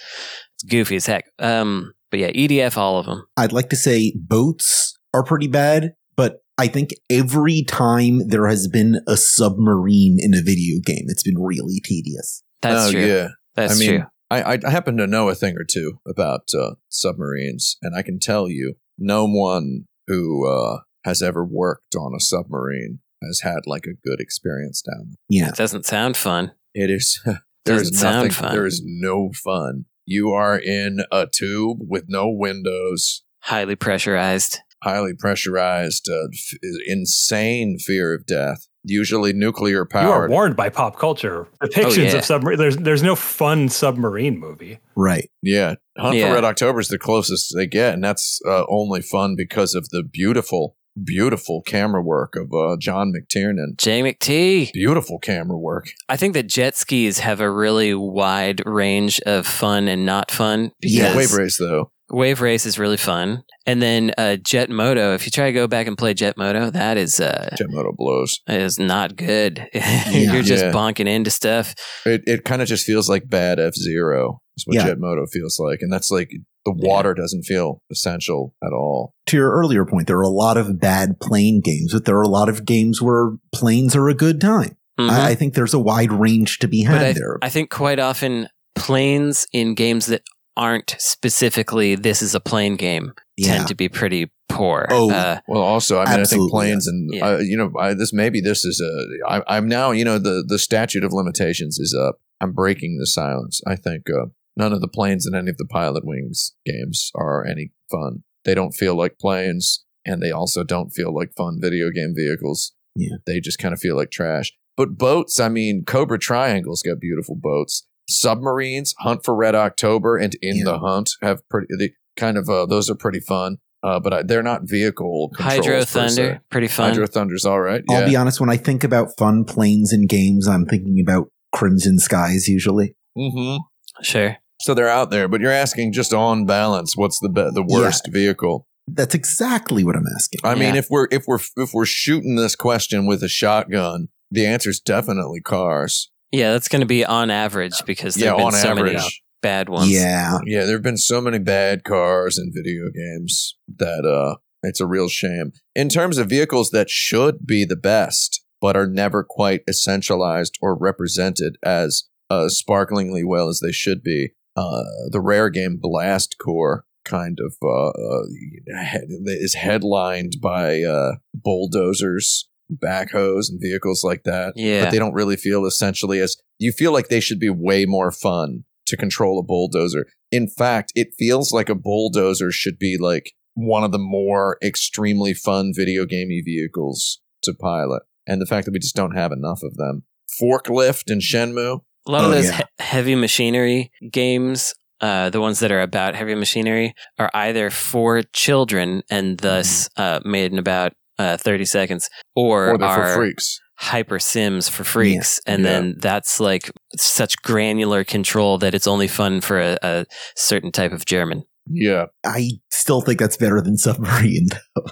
it's goofy as heck. Um, but yeah, EDF all of them. I'd like to say boats are pretty bad, but I think every time there has been a submarine in a video game, it's been really tedious. That's oh, true. yeah. That's I mean, true. I, I I happen to know a thing or two about uh, submarines, and I can tell you, no one who uh, has ever worked on a submarine has had like a good experience down there. Yeah. It doesn't sound fun. It is. *laughs* there is Doesn't sound nothing. fun. There is no fun. You are in a tube with no windows, Highly pressurized. highly pressurized, uh, f- insane fear of death. Usually nuclear You are powered. Oh, warned by pop culture. Depictions yeah. of submarine. There's there's no fun submarine movie. Right. yeah, Hunt Yeah. for Red October is the closest they get, and that's uh, only fun because of the beautiful, beautiful camera work of uh, John McTiernan. Jay McTee. Beautiful camera work. I think that jet skis have a really wide range of fun and not fun. Yeah, Yeah, because- wave race though. Wave Race is really fun. And then uh, Jet Moto, if you try to go back and play Jet Moto, that is uh, Jet Moto blows. is not good. *laughs* You're just Yeah. bonking into stuff. It it kind of just feels like bad F Zero. Is what Yeah. Jet Moto feels like, and that's like the water doesn't feel essential at all. to your earlier point, there are a lot of bad plane games, but there are a lot of games where planes are a good time. Mhm. I, I think there's a wide range to be had But there. I think quite often planes in games that aren't specifically this is a plane game yeah. tend to be pretty poor. Oh. Uh, Well, also, I mean, I Absolutely, think planes and yeah. uh, you know, I, this maybe this is a. I, I'm now, you know, the the statute of limitations is up. I'm breaking the silence. I think uh, none of the planes in any of the Pilot Wings games are any fun. They don't feel like planes, and they also don't feel like fun video game vehicles. Yeah. they just kind of feel like trash. But boats, I mean, Cobra Triangle's got beautiful boats. Submarines, Hunt for Red October, and In Yeah. the Hunt have pretty. The kind of uh, those are pretty fun uh, but I, they're not vehicle controls Hydro per se. Thunder, pretty fun. Hydro Thunder's all right. I'll Yeah, be honest, when I think about fun planes and games, I'm thinking about Crimson Skies usually. hmm sure. so they're out there, but you're asking just on balance, what's the be- the Yeah. worst vehicle? That's exactly what I'm asking. I mean, Yeah. if we're if we're if we're shooting this question with a shotgun, the answer is definitely cars. Yeah, that's going to be on average because there Yeah, have been on so many average. bad ones. Yeah. Yeah, there have been so many bad cars in video games that uh, it's a real shame. In terms of vehicles that should be the best, but are never quite essentialized or represented as uh, sparklingly well as they should be, uh, the rare game Blast Core kind of uh, uh, head- is headlined by uh, bulldozers, backhoes, and vehicles like that Yeah. but they don't really feel essentially as you feel like they should be way more fun to control a bulldozer. In fact, it feels like a bulldozer should be like one of the more extremely fun video gamey vehicles to pilot. And the fact that we just don't have enough of them. Forklift and Shenmue. A lot Oh, of those yeah. he- heavy machinery games, uh, the ones that are about heavy machinery, are either for children and thus uh, made in about uh, 30 seconds, or, Mm-hmm. Or they're are for freaks. hyper sims for freaks. And Yeah. then that's like such granular control that it's only fun for a, a certain type of German. *laughs* Yeah. I still think that's better than Submarine. *laughs*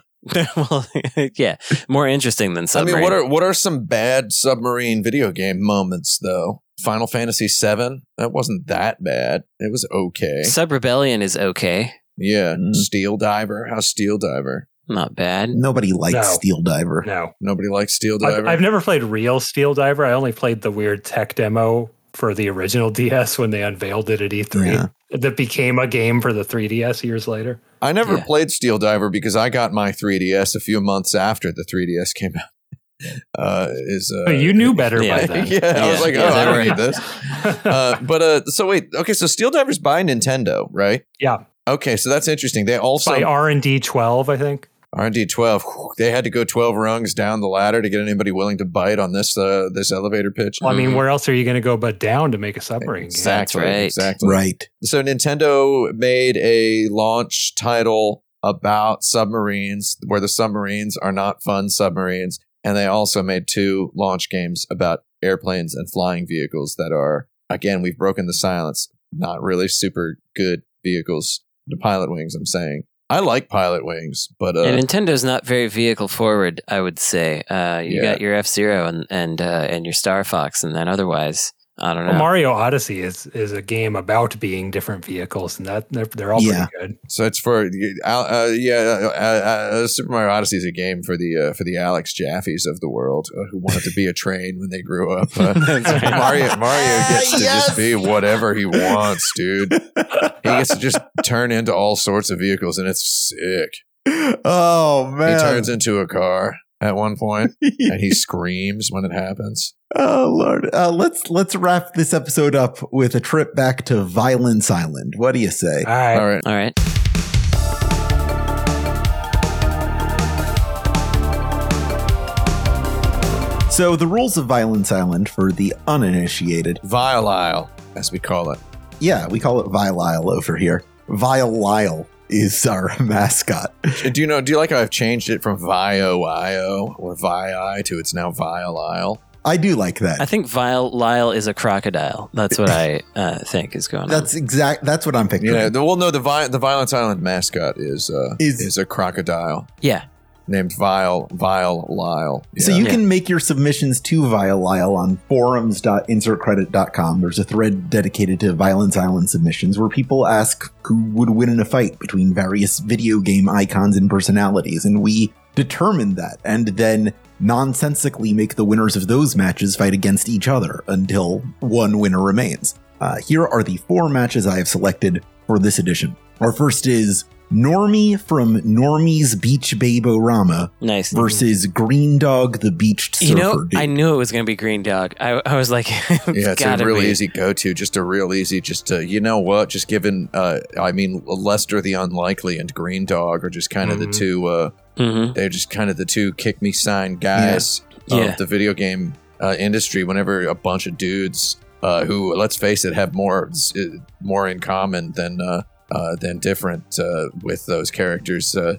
well, *laughs* yeah, more interesting than submarine. I mean, what are what are some bad submarine video game moments though? Final Fantasy VII. That wasn't that bad. It was okay. Sub Rebellion is okay, Yeah. Mm-hmm. Mm. Steel Diver. How's Steel Diver? not bad. Nobody likes No. Steel Diver. No, Nobody likes Steel I've, Diver. I've never played real Steel Diver. I only played the weird tech demo for the original *laughs* DS when they unveiled it at E3. Yeah. That became a game for the 3DS years later. I never Yeah. played Steel Diver because I got my 3DS a few months after the 3DS came out. *laughs* Uh, is uh, Oh, *laughs* you knew better yeah. by yeah, then. I was Yeah. like, oh, Yeah, I don't right. need *laughs* this. *laughs* Uh, but uh, so wait, okay, so Steel Diver's by Nintendo, right? yeah, Okay, so that's interesting. They by also R and D 12, I think. R&D 12. whew, They had to go 12 rungs down the ladder to get anybody willing to bite on this uh, this elevator pitch. Well, I mean, Mhm. where else are you going to go but down to make a submarine? game? Exactly. That's right. Exactly. Right. So Nintendo made a launch title about submarines where the submarines are not fun submarines and they also made two launch games about airplanes and flying vehicles that are again we've broken the silence not really super good vehicles the pilot wings I'm saying I like pilot wings but uh, And Nintendo's not very vehicle forward, I would say. Uh, you Yeah. got your F Zero and and uh, and your Star Fox, and then otherwise, I don't know. Well, Mario Odyssey is is a game about being different vehicles, and that they're, they're all Yeah. pretty good. so it's for uh, uh, yeah uh, uh, uh, Super Mario Odyssey is a game for the uh, for the Alex Jaffes of the world uh, who wanted to be a train when they grew up uh, That's right. Mario Mario Ah, gets to yes. just be whatever he wants, dude. He gets to just turn into all sorts of vehicles, and it's sick. Oh man. He *laughs* turns into a car at one point, and he screams when it happens. oh lord. Uh, let's let's wrap this episode up with a trip back to Violence Island. What do you say? All right. All right, All right. So the rules of Violence Island for the uninitiated. Vile Isle, as we call it. Yeah, we call it Vile Isle over here. Vile Lyle is our *laughs* mascot. Uh, Do you know? Do you like how I've changed it from Vio Io or Vi to it's now Vile Isle? I do like that. I think Vile Lyle is a crocodile. That's what I uh, think is going on. that's exact. That's what I'm picturing. *laughs* Yeah, the, well, no, the Vi- the Violence Island mascot is uh, Is- is, a crocodile Yeah, named Vile Vile Lyle. So Yeah. you Yeah. can make your submissions to Vile Lyle on forums.insertcredit.com. There's a thread dedicated to Violence Island submissions where people ask who would win in a fight between various video game icons and personalities, and we determine that and then nonsensically make the winners of those matches fight against each other until one winner remains. Uh, here are the four matches I have selected for this edition. Our first is Normie from Normie's Beach Babe Orama nice. versus Green Dog the Beached Surfer Mm. You know, Dude. I knew it was going to be Green Dog. I, I was like, *laughs* Yeah, it's a gotta real be. easy go to. Just a real easy. Just to, you know what? Just given, uh, I mean, Lester the Unlikely and Green Dog are just kind of Mhm. the two. Uh, Mhm. they're just kind of the two kick me sign guys Yeah. of Yeah. the video game uh, industry. Whenever a bunch of dudes uh, who, let's face it, have more s- uh, more in common than uh, uh, than different uh, with those characters. Uh,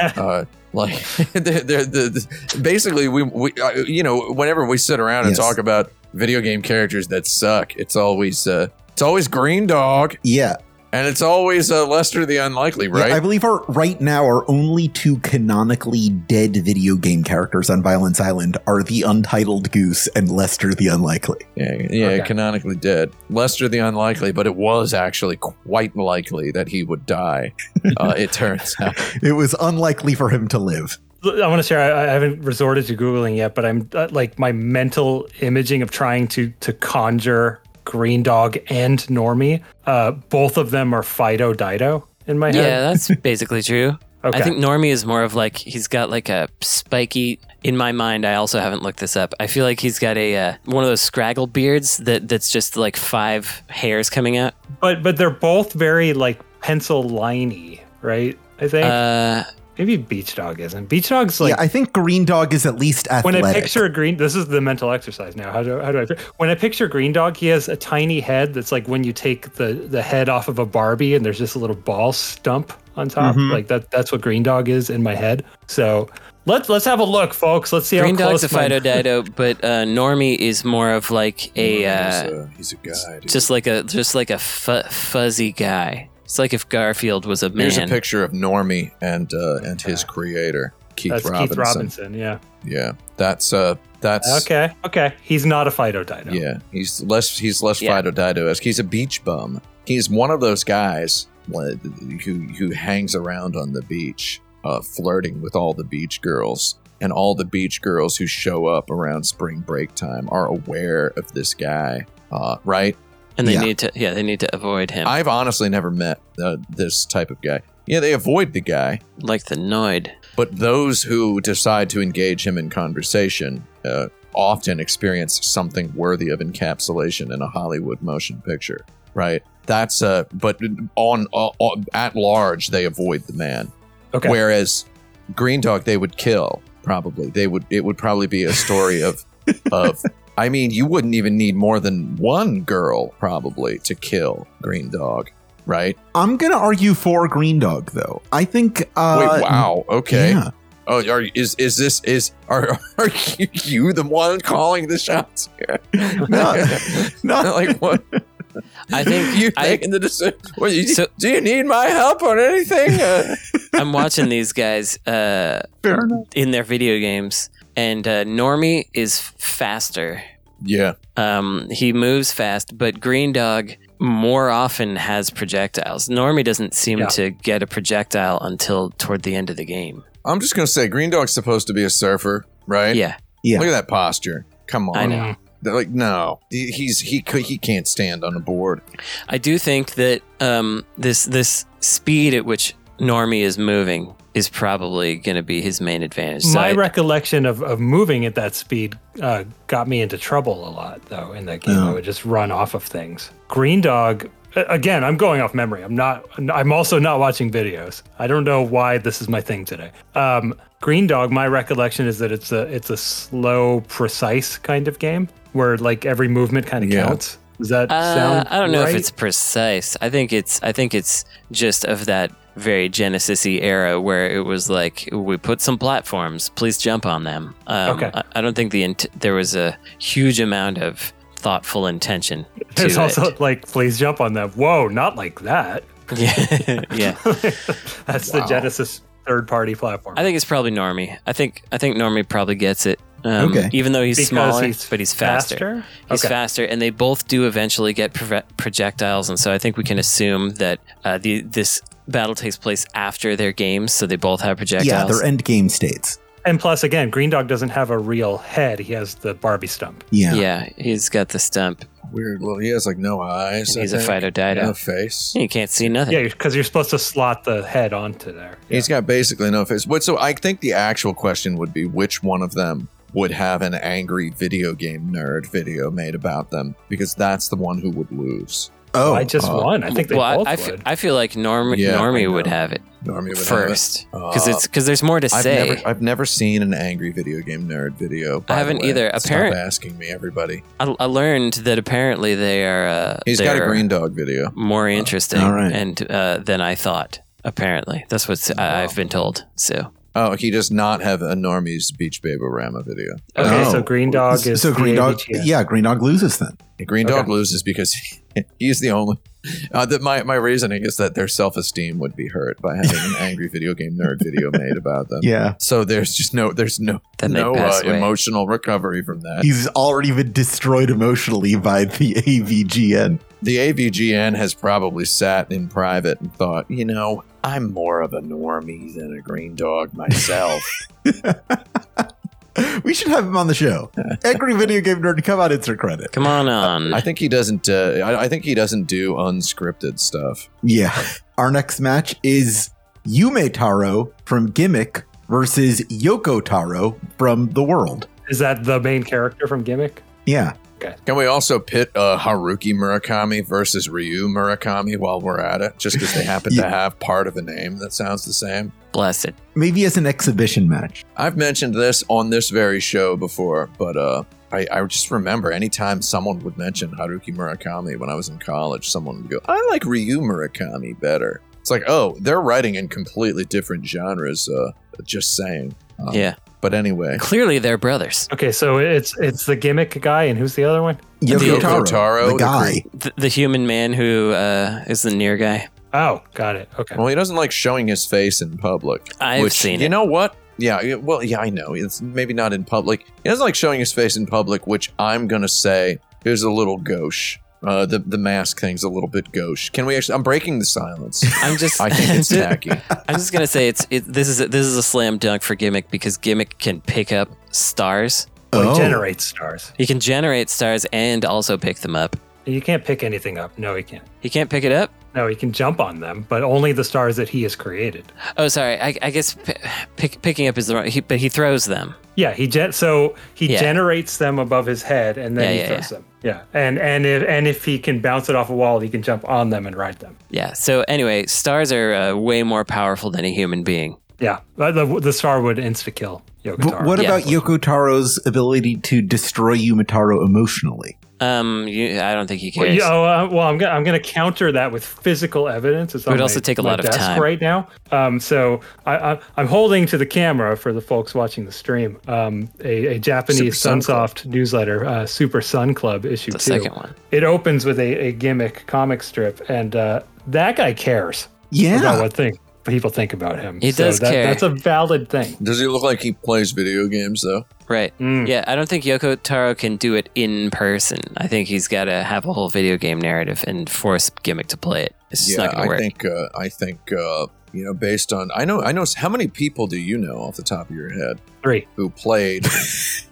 uh, like *laughs* they're, they're, the the- basically we, we uh, you know whenever we sit around and Yes. talk about video game characters that suck, it's always uh, it's always Green Dog yeah, and it's always uh, Lester the Unlikely, Yeah, right? I believe our right now our only two canonically dead video game characters on Violence Island are the Untitled Goose and Lester the Unlikely. Yeah, yeah, Okay. canonically dead. Lester the unlikely, but it was actually quite likely that he would die. uh, it turns out. It was unlikely for him to live. I want to share. I, I haven't resorted to googling yet, but I'm uh, like my mental imaging of trying to to conjure Green Dog and Normie. Uh, both of them are Fido Dido in my Yeah, head. that's basically true. Okay. I think Normie is more of like he's got like a spiky. In my mind, I also haven't looked this up. I feel like he's got a uh, one of those scraggle beards that that's just like five hairs coming out. but but they're both very like pencil liney, right? I think Uh, maybe Beach Dog isn't. Beach Dog's like yeah, I think Green Dog is at least when athletic. I picture a green. This is the mental exercise now. How do how do I? When I picture Green Dog, he has a tiny head that's like when you take the the head off of a Barbie, and there's just a little ball stump on top. Mhm. Like that. That's what Green Dog is in my head. So let's let's have a look, folks. Let's see Green how Dog's close. a my- Fido Dido, *laughs* but uh, Normie is more of like a uh, he's, a, he's a guy. dude. just like a just like a fu- fuzzy guy. It's like if Garfield was a man. Here's a picture of Normie and uh, and his creator Keith that's Robinson. Keith Robinson. Yeah. Yeah, that's uh, that's Okay. Okay. He's not a Fido Dino. Yeah, he's less he's less Yeah. Fido Dido esque. He's a beach bum. He's one of those guys like, who who hangs around on the beach, uh, flirting with all the beach girls, and all the beach girls who show up around spring break time are aware of this guy. Uh, right? and they Yeah. need to yeah they need to avoid him I've honestly never met uh, this type of guy. Yeah, they avoid the guy, like the Noid. but those who decide to engage him in conversation uh, often experience something worthy of encapsulation in a Hollywood motion picture, right? That's uh, but on, on at large they avoid the man. Okay. Whereas Green Dog, they would kill probably. They would it would probably be a story of of. I mean, you wouldn't even need more than one girl probably to kill Green Dog, right? I'm gonna argue for Green Dog though. I think. Uh, Wait, wow, okay. Yeah, Oh, are, is is this is are *laughs* are you, you the one calling the shots here? No. no, *laughs* like what? I think you I- making the decision. What, you, So- do you need my help on anything? Uh, I'm watching these guys uh, fair enough. in their video games, and uh, Normie is faster. yeah, Um, he moves fast, but Green Dog more often has projectiles. Normie doesn't seem Yeah. to get a projectile until toward the end of the game. I'm just gonna say Green Dog's supposed to be a surfer, right? Yeah, Yeah. Look at that posture. Come on. I know. They're like no, He- he's he c- he can't stand on a board. I do think that um, this this speed at which Normie is moving is probably going to be his main advantage. So My I- recollection of, of moving at that speed uh, got me into trouble a lot, though, in that game. Uh-huh. Yeah. I would just run off of things. Green Dog, a- again, I'm going off memory. I'm not, I'm also not watching videos. I don't know why this is my thing today. Um, Green Dog, my recollection is that it's a, it's a slow, precise kind of game where like every movement kind of Yeah. counts. Does that Uh, sound *laughs* I don't know right? if it's precise. I think it's I think it's just of that very Genesisy era where it was like we put some platforms, please jump on them. Um, Okay. I, I don't think the int- there was a huge amount of thoughtful intention. To *laughs* There's it. also like, please jump on them. Whoa, not like that. *laughs* *laughs* yeah, yeah. That's the Wow. Genesis third party platform. I think it's probably Normie. I think I think Normie probably gets it. Um, Okay. Even though he's Because smaller, he's but he's faster. He's okay. faster, and they both do eventually get prove- projectiles, and so I think we can assume that uh, the this battle takes place after their games, so they both have projectiles. Yeah, they're end game states. and plus, again, Green Dog doesn't have a real head. He has the Barbie stump. Yeah. Yeah, he's got the stump. Weird little. He has like no eyes. And I he's a think, phytodido. No face. You can't see nothing. Yeah, because you're supposed to slot the head onto there. Yeah. He's got basically no face. What? So I think the actual question would be which one of them would have an angry video game nerd video made about them because that's the one who would lose. Oh, I just uh, won. I think they well, I- both I, would. fe- I feel like Norm- Yeah, I Normie would know. have it Normie would have it. first because Uh, it's because there's more to I've say. never, I've never seen an angry video game nerd video. I by the haven't way. either. Stop Apparent- asking me, everybody. I, I learned that apparently they are. Uh, He's got a they're green Uh, dog video. More interesting, All right. and uh, than I thought. Apparently, that's what I, I've been told. So Oh, he does not have a Normie's Beach Baborama video. okay, Oh. so Green Dog is so Green Dog. PABGS. Yeah, Green Dog loses then. Green Okay. Dog loses because *laughs* he's the only. Uh, that my, my reasoning is that their self esteem would be hurt by having an angry video game nerd video made about them. *laughs* Yeah, So there's just no there's no Then they no uh, pass away. emotional recovery from that. he's already been destroyed emotionally by the *laughs* AVGN. the AVGN has probably sat in private and thought, you know, I'm more of a normie than a green dog myself. We should have him on the show. Angry video game nerd, come on, insert credit. come on on. I think he doesn't. Uh, I, I think he doesn't do unscripted stuff. Yeah. Our next match is Yume Taro from Gimmick versus Yoko Taro from The World. Is that the main character from Gimmick? Yeah. Can we also pit uh, Haruki Murakami versus Ryu Murakami while we're at it, just because they happen Yeah. to have part of a name that sounds the same? Bless it. Maybe as an exhibition match. I've mentioned this on this very show before, but uh, I, I just remember anytime someone would mention Haruki Murakami when I was in college, someone would go, I like Ryu Murakami better. It's like, oh, they're writing in completely different genres, uh, just saying. Um, Yeah. But anyway, Clearly, they're brothers. Okay, so it's it's the Gimmick guy, and who's the other one? Yoko, Yoko Taro, Taro, the the guy. The, the human man who uh, is the near guy. Oh, got it. Okay. well, he doesn't like showing his face in public. I've which, seen You it. know what? Yeah, yeah, well, yeah, I know. It's maybe not in public. He doesn't like showing his face in public, which I'm gonna say is a little gauche. Uh, the the mask thing's a little bit gauche. Can we actually? I'm breaking the silence. I'm just. *laughs* I *laughs* think it's tacky. I'm just gonna say it's. It, this is a, this is a slam dunk for gimmick because gimmick can pick up stars. Well, Oh. He generates stars. He can generate stars and also pick them up. You can't pick anything up. No, he can't. He can't pick it up. No, he can jump on them, but only the stars that he has created. Oh, sorry. I, I guess p- pick, picking up is the wrong. He, but he throws them. Yeah, he gen- so he Yeah. generates them above his head, and then Yeah, he yeah, throws them. Yeah, and and if and if he can bounce it off a wall, he can jump on them and ride them. Yeah. So anyway, stars are uh, way more powerful than a human being. Yeah, But the, the star would insta kill But Yokotaro. what Yeah. about Yoko Taro's ability to destroy Yume Taro emotionally? Um, you, I don't think he Well, cares. yeah, oh, uh, well, I'm gonna I'm gonna counter that with physical evidence. It's It would on my- also take a my lot of desk time. right now. Um, so I, I, I'm holding to the camera for the folks watching the stream. Um, a, a Japanese Super Sun Club. Sunsoft newsletter, uh, Super Sun Club issue the two. second one. It opens with a, a gimmick comic strip, and uh, that guy cares about Yeah. what think people think about him. He does that, care. That's a valid thing. Does he look like he plays video games though? Right. Hmm. Mm. Yeah, I don't think Yoko Taro can do it in person. I think he's got to have a whole video game narrative and force Gimmick to play it. It's just not going to I work. think. Uh, I think. Uh, you know, based on I know. I know. How many people do you know off the top of your head? Three. who played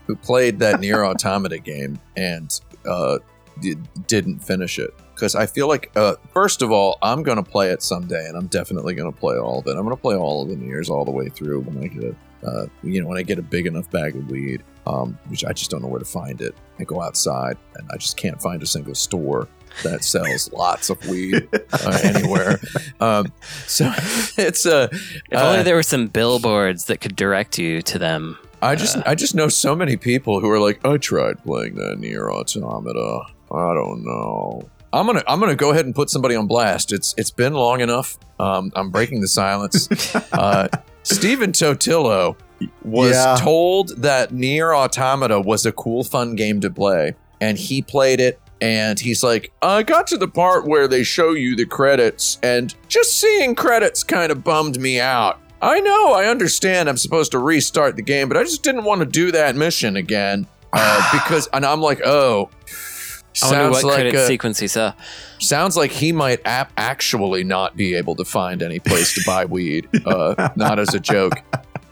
who played that near automata game and uh, d- didn't finish it because I feel like uh, first of all I'm gonna play it someday and I'm definitely gonna play all of it. I'm gonna play all of the nears all the way through when I get a, uh, you know when I get a big enough bag of weed, um, which I just don't know where to find it. I go outside and I just can't find a single store that sells lots of weed uh, anywhere. Um, so it's uh, if only uh, there were some billboards that could direct you to them. I just Uh, I just know so many people who are like, I tried playing that near automata. I don't know. I'm gonna I'm gonna go ahead and put somebody on blast. It's it's been long enough. Um, I'm breaking the silence. uh, Stephen Totillo was Yeah. told that Near Automata was a cool, fun game to play, and he played it. And he's like, I got to the part where they show you the credits, and just seeing credits kind of bummed me out. I know, I understand I'm supposed to restart the game, but I just didn't want to do that mission again. *sighs* Uh, because, and I'm like, oh, I wonder what credit uh, sequence he saw. Sounds like he might ap- actually not be able to find any place to buy weed. *laughs* Uh, not as a joke.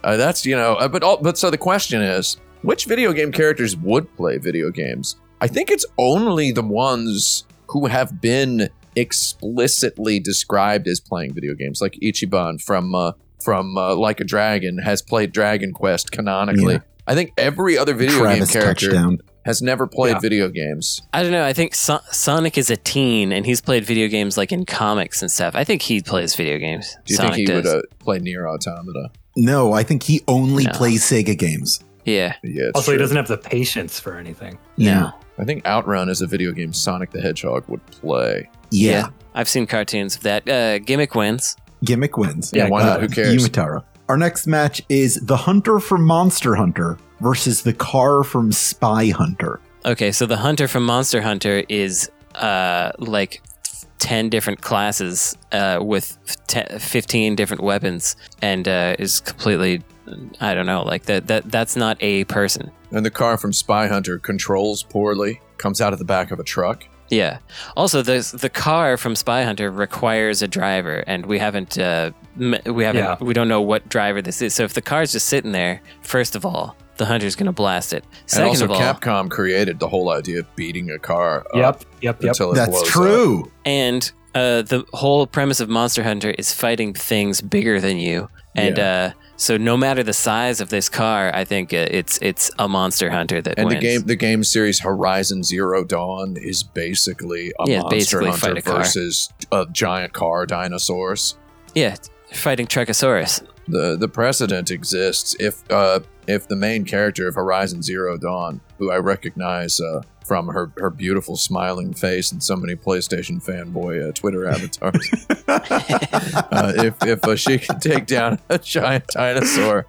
Uh, that's you know. Uh, but all, but so the question is, which video game characters would play video games? I think it's only the ones who have been explicitly described as playing video games, like Ichiban from uh, from uh, Like a Dragon has played Dragon Quest canonically. Yeah. I think every other video Travis game character touchdown. has never played Yeah. video games. I don't know. I think so- Sonic is a teen and he's played video games like in comics and stuff. I think he plays video games. Do you Sonic think he does. would uh, play Near Automata? No, I think he only No. plays Sega games. yeah. Yeah, it's Also, he true. doesn't have the patience for anything. No. I think Outrun is a video game Sonic the Hedgehog would play. Yeah. Yeah. I've seen cartoons of that. Uh, gimmick wins. Gimmick wins. Yeah, why not? Uh, Who cares? Yumitaro. Our next match is the Hunter from Monster Hunter versus the car from Spy Hunter. Okay, so the hunter from Monster Hunter is uh, like 10 different classes uh, with te- 15 different weapons and uh, is completely, I don't know, like that, that that's not a person. And the car from Spy Hunter controls poorly, comes out of the back of a truck. Yeah. Also, the the car from Spy Hunter requires a driver, and we haven't uh, m- we haven't Yeah. we don't know what driver this is. So if the car's just sitting there, first of all, the hunter's gonna blast it. Second and also, of all, Capcom created the whole idea of beating a car up Yep, yep, yep. until it That's blows up. true. and uh, the whole premise of Monster Hunter is fighting things bigger than you, and uh, so no matter the size of this car, I think uh, it's it's a Monster Hunter that And wins. the game, the game series Horizon Zero Dawn is basically a Yeah, monster basically fight hunter a car. versus a giant car dinosaurs. yeah, fighting Trichosaurus. the the precedent exists if uh if the main character of Horizon Zero Dawn, who I recognize uh, from her, her beautiful smiling face and so many PlayStation fanboy uh, Twitter avatars, uh, if if uh, she can take down a giant dinosaur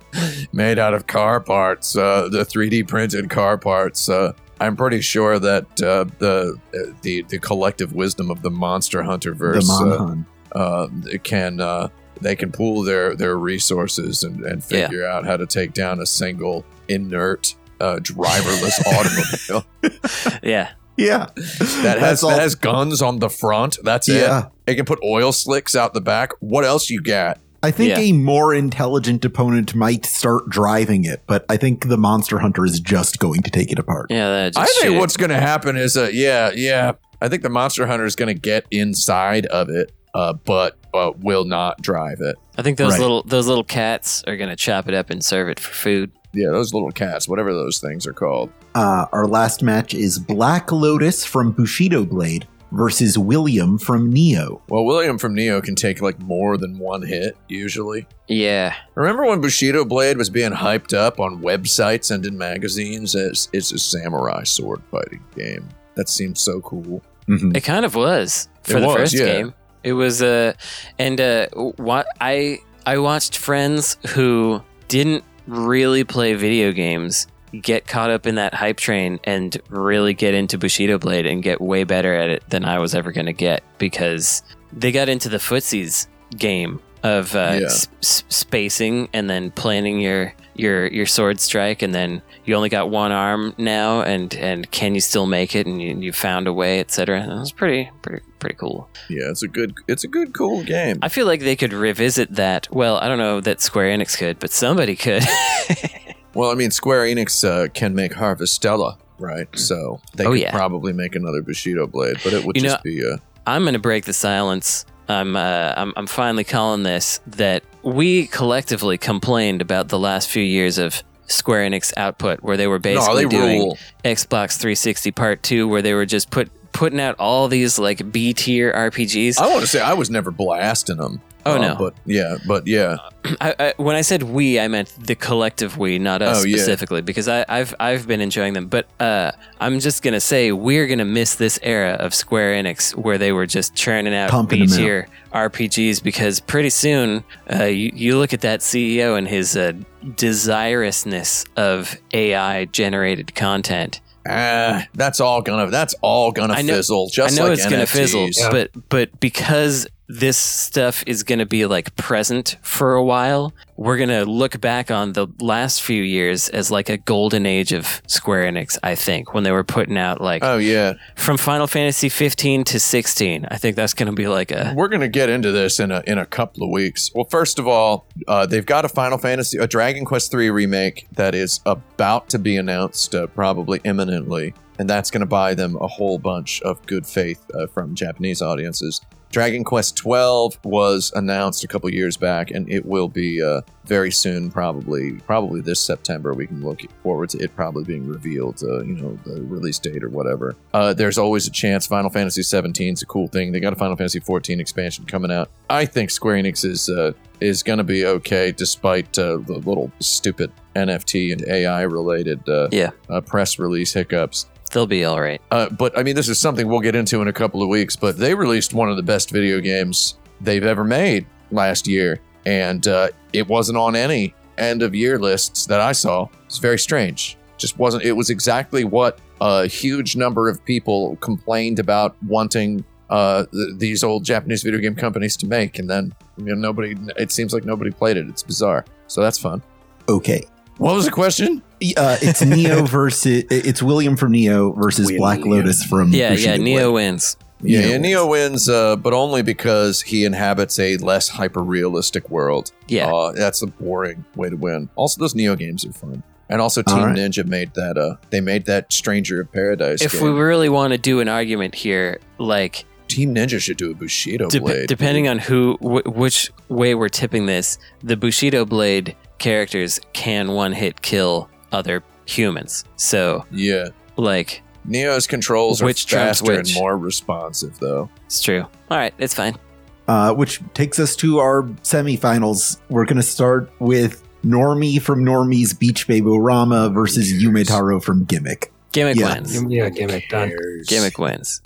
made out of car parts, uh, the 3D printed car parts, uh, I'm pretty sure that uh, the the the collective wisdom of the Monster Hunter the verse uh, Monhan. uh, can uh, they can pool their their resources and, and Yeah. figure out how to take down a single inert uh, driverless *laughs* automobile Yeah, yeah. that has That's all- that has guns on the front. That's *laughs* it. yeah. It can put oil slicks out the back. What else you got? I think Yeah. a more intelligent opponent might start driving it, but I think the Monster Hunter is just going to take it apart. yeah. That just I think shoot it. what's going to happen is uh, yeah yeah. I think the monster hunter is going to get inside of it, uh, but uh, will not drive it. I think those Right. little those little cats are gonna chop it up and serve it for food. Yeah, those little cats, whatever those things are called. Uh, our last match is Black Lotus from Bushido Blade versus William from Neo. Well, William from Neo can take like more than one hit usually. Yeah, Remember when Bushido Blade was being hyped up on websites and in magazines as it's a samurai sword fighting game? That seems so cool. Mhm. it kind of was for It the was, first yeah. game. It was uh, and uh, what I I watched friends who didn't really play video games get caught up in that hype train and really get into Bushido Blade and get way better at it than I was ever gonna get because they got into the footsies game of uh, Yeah. s- s- spacing and then planning your your your sword strike and then you only got one arm now and and can you still make it and you, you found a way etc. That was pretty pretty pretty cool. Yeah, it's a good it's a good cool game. I feel like they could revisit that. Well, I don't know that Square Enix could, but somebody could. *laughs* Well, I mean Square Enix uh, can make Harvestella, right? So they Oh, could yeah. probably make another Bushido Blade, but it would You know- just be uh, a I'm going to break the silence. I'm, uh, I'm I'm finally calling this that we collectively complained about the last few years of Square Enix output, where they were no, basically they doing rule. Xbox 360 Part Two, where they were just put putting out all these like B tier RPGs. I want to say I was never blasting them. Oh Uh, no! But yeah, but yeah. *clears throat* I, I, when I said we, I meant the collective we, not us Oh, yeah. specifically, because I, I've I've been enjoying them. But uh, I'm just gonna say we're gonna miss this era of Square Enix where they were just churning out Pumping 'em out. B-tier RPGs. Because pretty soon, uh, you, you look at that CEO and his uh, desirousness of AI generated content. Ah, that's all gonna that's all gonna I know- fizzle. Just I know like it's gonna NFTs. fizzle, Yeah. but but because this stuff is gonna be like present for a while, we're gonna look back on the last few years as like a golden age of Square Enix. I think when they were putting out like Oh yeah, from Final Fantasy 15 to 16, I think that's gonna be like a we're gonna get into this in a in a couple of weeks. Well, first of all, uh, they've got a Final Fantasy, a Dragon Quest three remake that is about to be announced, uh, probably imminently, and that's gonna buy them a whole bunch of good faith uh, from Japanese audiences. Dragon Quest twelve was announced a couple years back, and it will be uh, very soon, probably probably this September. We can look forward to it probably being revealed, uh, you know, the release date or whatever. Uh, there's always a chance. Final Fantasy 17 is a cool thing. They got a Final Fantasy 14 expansion coming out. I think Square Enix is uh, is going to be okay, despite uh, the little stupid NFT and AI related uh, Yeah. uh, press release hiccups. they'll be all right. Uh, but I mean, this is something we'll get into in a couple of weeks. But they released one of the best video games they've ever made last year, and uh, it wasn't on any end of year lists that I saw. It's very strange. Just wasn't. It was exactly what a huge number of people complained about wanting uh, th- these old Japanese video game companies to make, and then you know, nobody. It seems like nobody played it. It's bizarre. So that's fun. Okay. What was the question? Uh, it's Neo versus it's William from Neo versus William. Black Lotus from Yeah, yeah. Bushido Neo wins. Yeah, Neo yeah, Neo wins, uh, but only because he inhabits a less hyper realistic world. Yeah, Uh, that's a boring way to win. Also, those Neo games are fun. And also, Team All right. Ninja made that. Uh, they made that Stranger of Paradise. if game. we really want to do an argument here, like Team Ninja should do a Bushido Dep- blade. depending on who, wh- which way we're tipping this, the Bushido Blade characters can one hit kill other humans. So, yeah, like, Neo's controls Which are trumps faster and which? more responsive, though. it's true. All right, it's fine. uh, which takes us to our semifinals. We're going to start with Normie from Normie's Beach Baby Rama versus Yes. Yume Taro from Gimmick. Gimmick Yeah. wins. Yeah, gimmick done. Gimmick wins.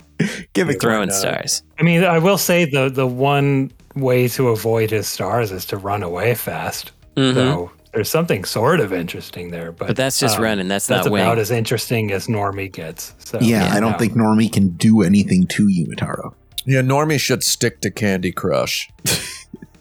Gimmick. Throwing done. stars. I mean, I will say the the one way to avoid his stars is to run away fast. Mhm. So there's something sort of interesting there, but, But that's just um, running. That's, That's not about winning. as interesting as Normie gets. So Yeah, I don't no. think Normie can do anything to Yume Taro. Yeah, Normie should stick to Candy Crush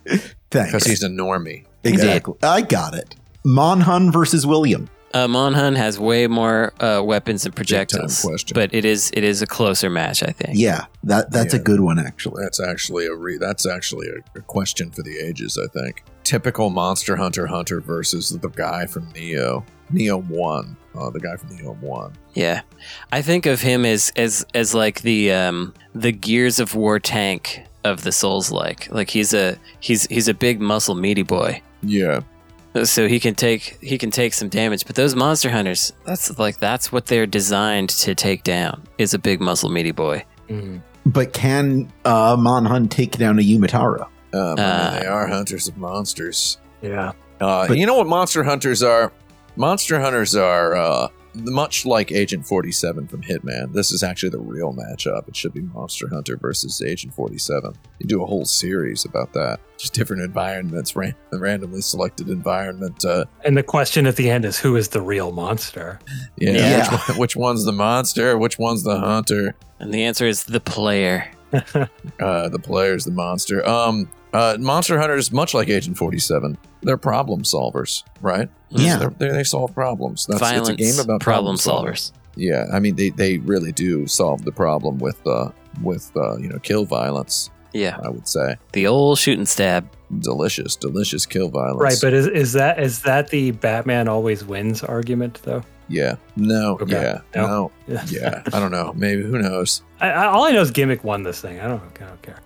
because Thanks. he's a Normie. exactly. I got it. Monhun versus William. Uh, Monhun has way more uh, weapons and projectiles, question. but it is it is a closer match, I think. Yeah, that that's a Yeah. good one actually. That's actually a re- that's actually a, a question for the ages, I think. Typical Monster Hunter Hunter versus the guy from Neo. Neo One, uh, the guy from Neo One. Yeah, I think of him as as as like the um, the Gears of War tank of the Souls like. Like he's a he's he's a big muscle meaty boy, Yeah, so he can take he can take some damage. But those monster hunters, that's like that's what they're designed to take down is a big muscle meaty boy. Mm. But can uh, Monhun take down a Yume Taro? um, I mean, Uh. they are hunters of monsters. Yeah. Uh, But- you know what monster hunters are? Monster hunters are uh, much like Agent 47 from Hitman. This is actually the real matchup. It should be Monster Hunter versus Agent 47. You do a whole series about that. Just different environments, ran- randomly selected environment. Uh, And the question at the end is who is the real monster? yeah, Yeah. Which, one- which one's the monster? Which one's the hunter? And the answer is the player. Uh, the player's the monster. Um, uh, monster hunters, much like Agent 47, they're problem solvers, right? Yeah. They're- they they solve problems. That's, Violence, it's a game about problem, solving. solvers. Yeah, I mean they, they really do solve the problem with uh with uh, you know kill violence. Yeah, I would say the old shooting stab. delicious, delicious kill violence. right, but is, is that is that the Batman always wins argument though? yeah, no, Okay. yeah, No. no, yeah. I don't know. Maybe who knows? *laughs* I, I, all I know is gimmick won this thing. I don't, I don't care.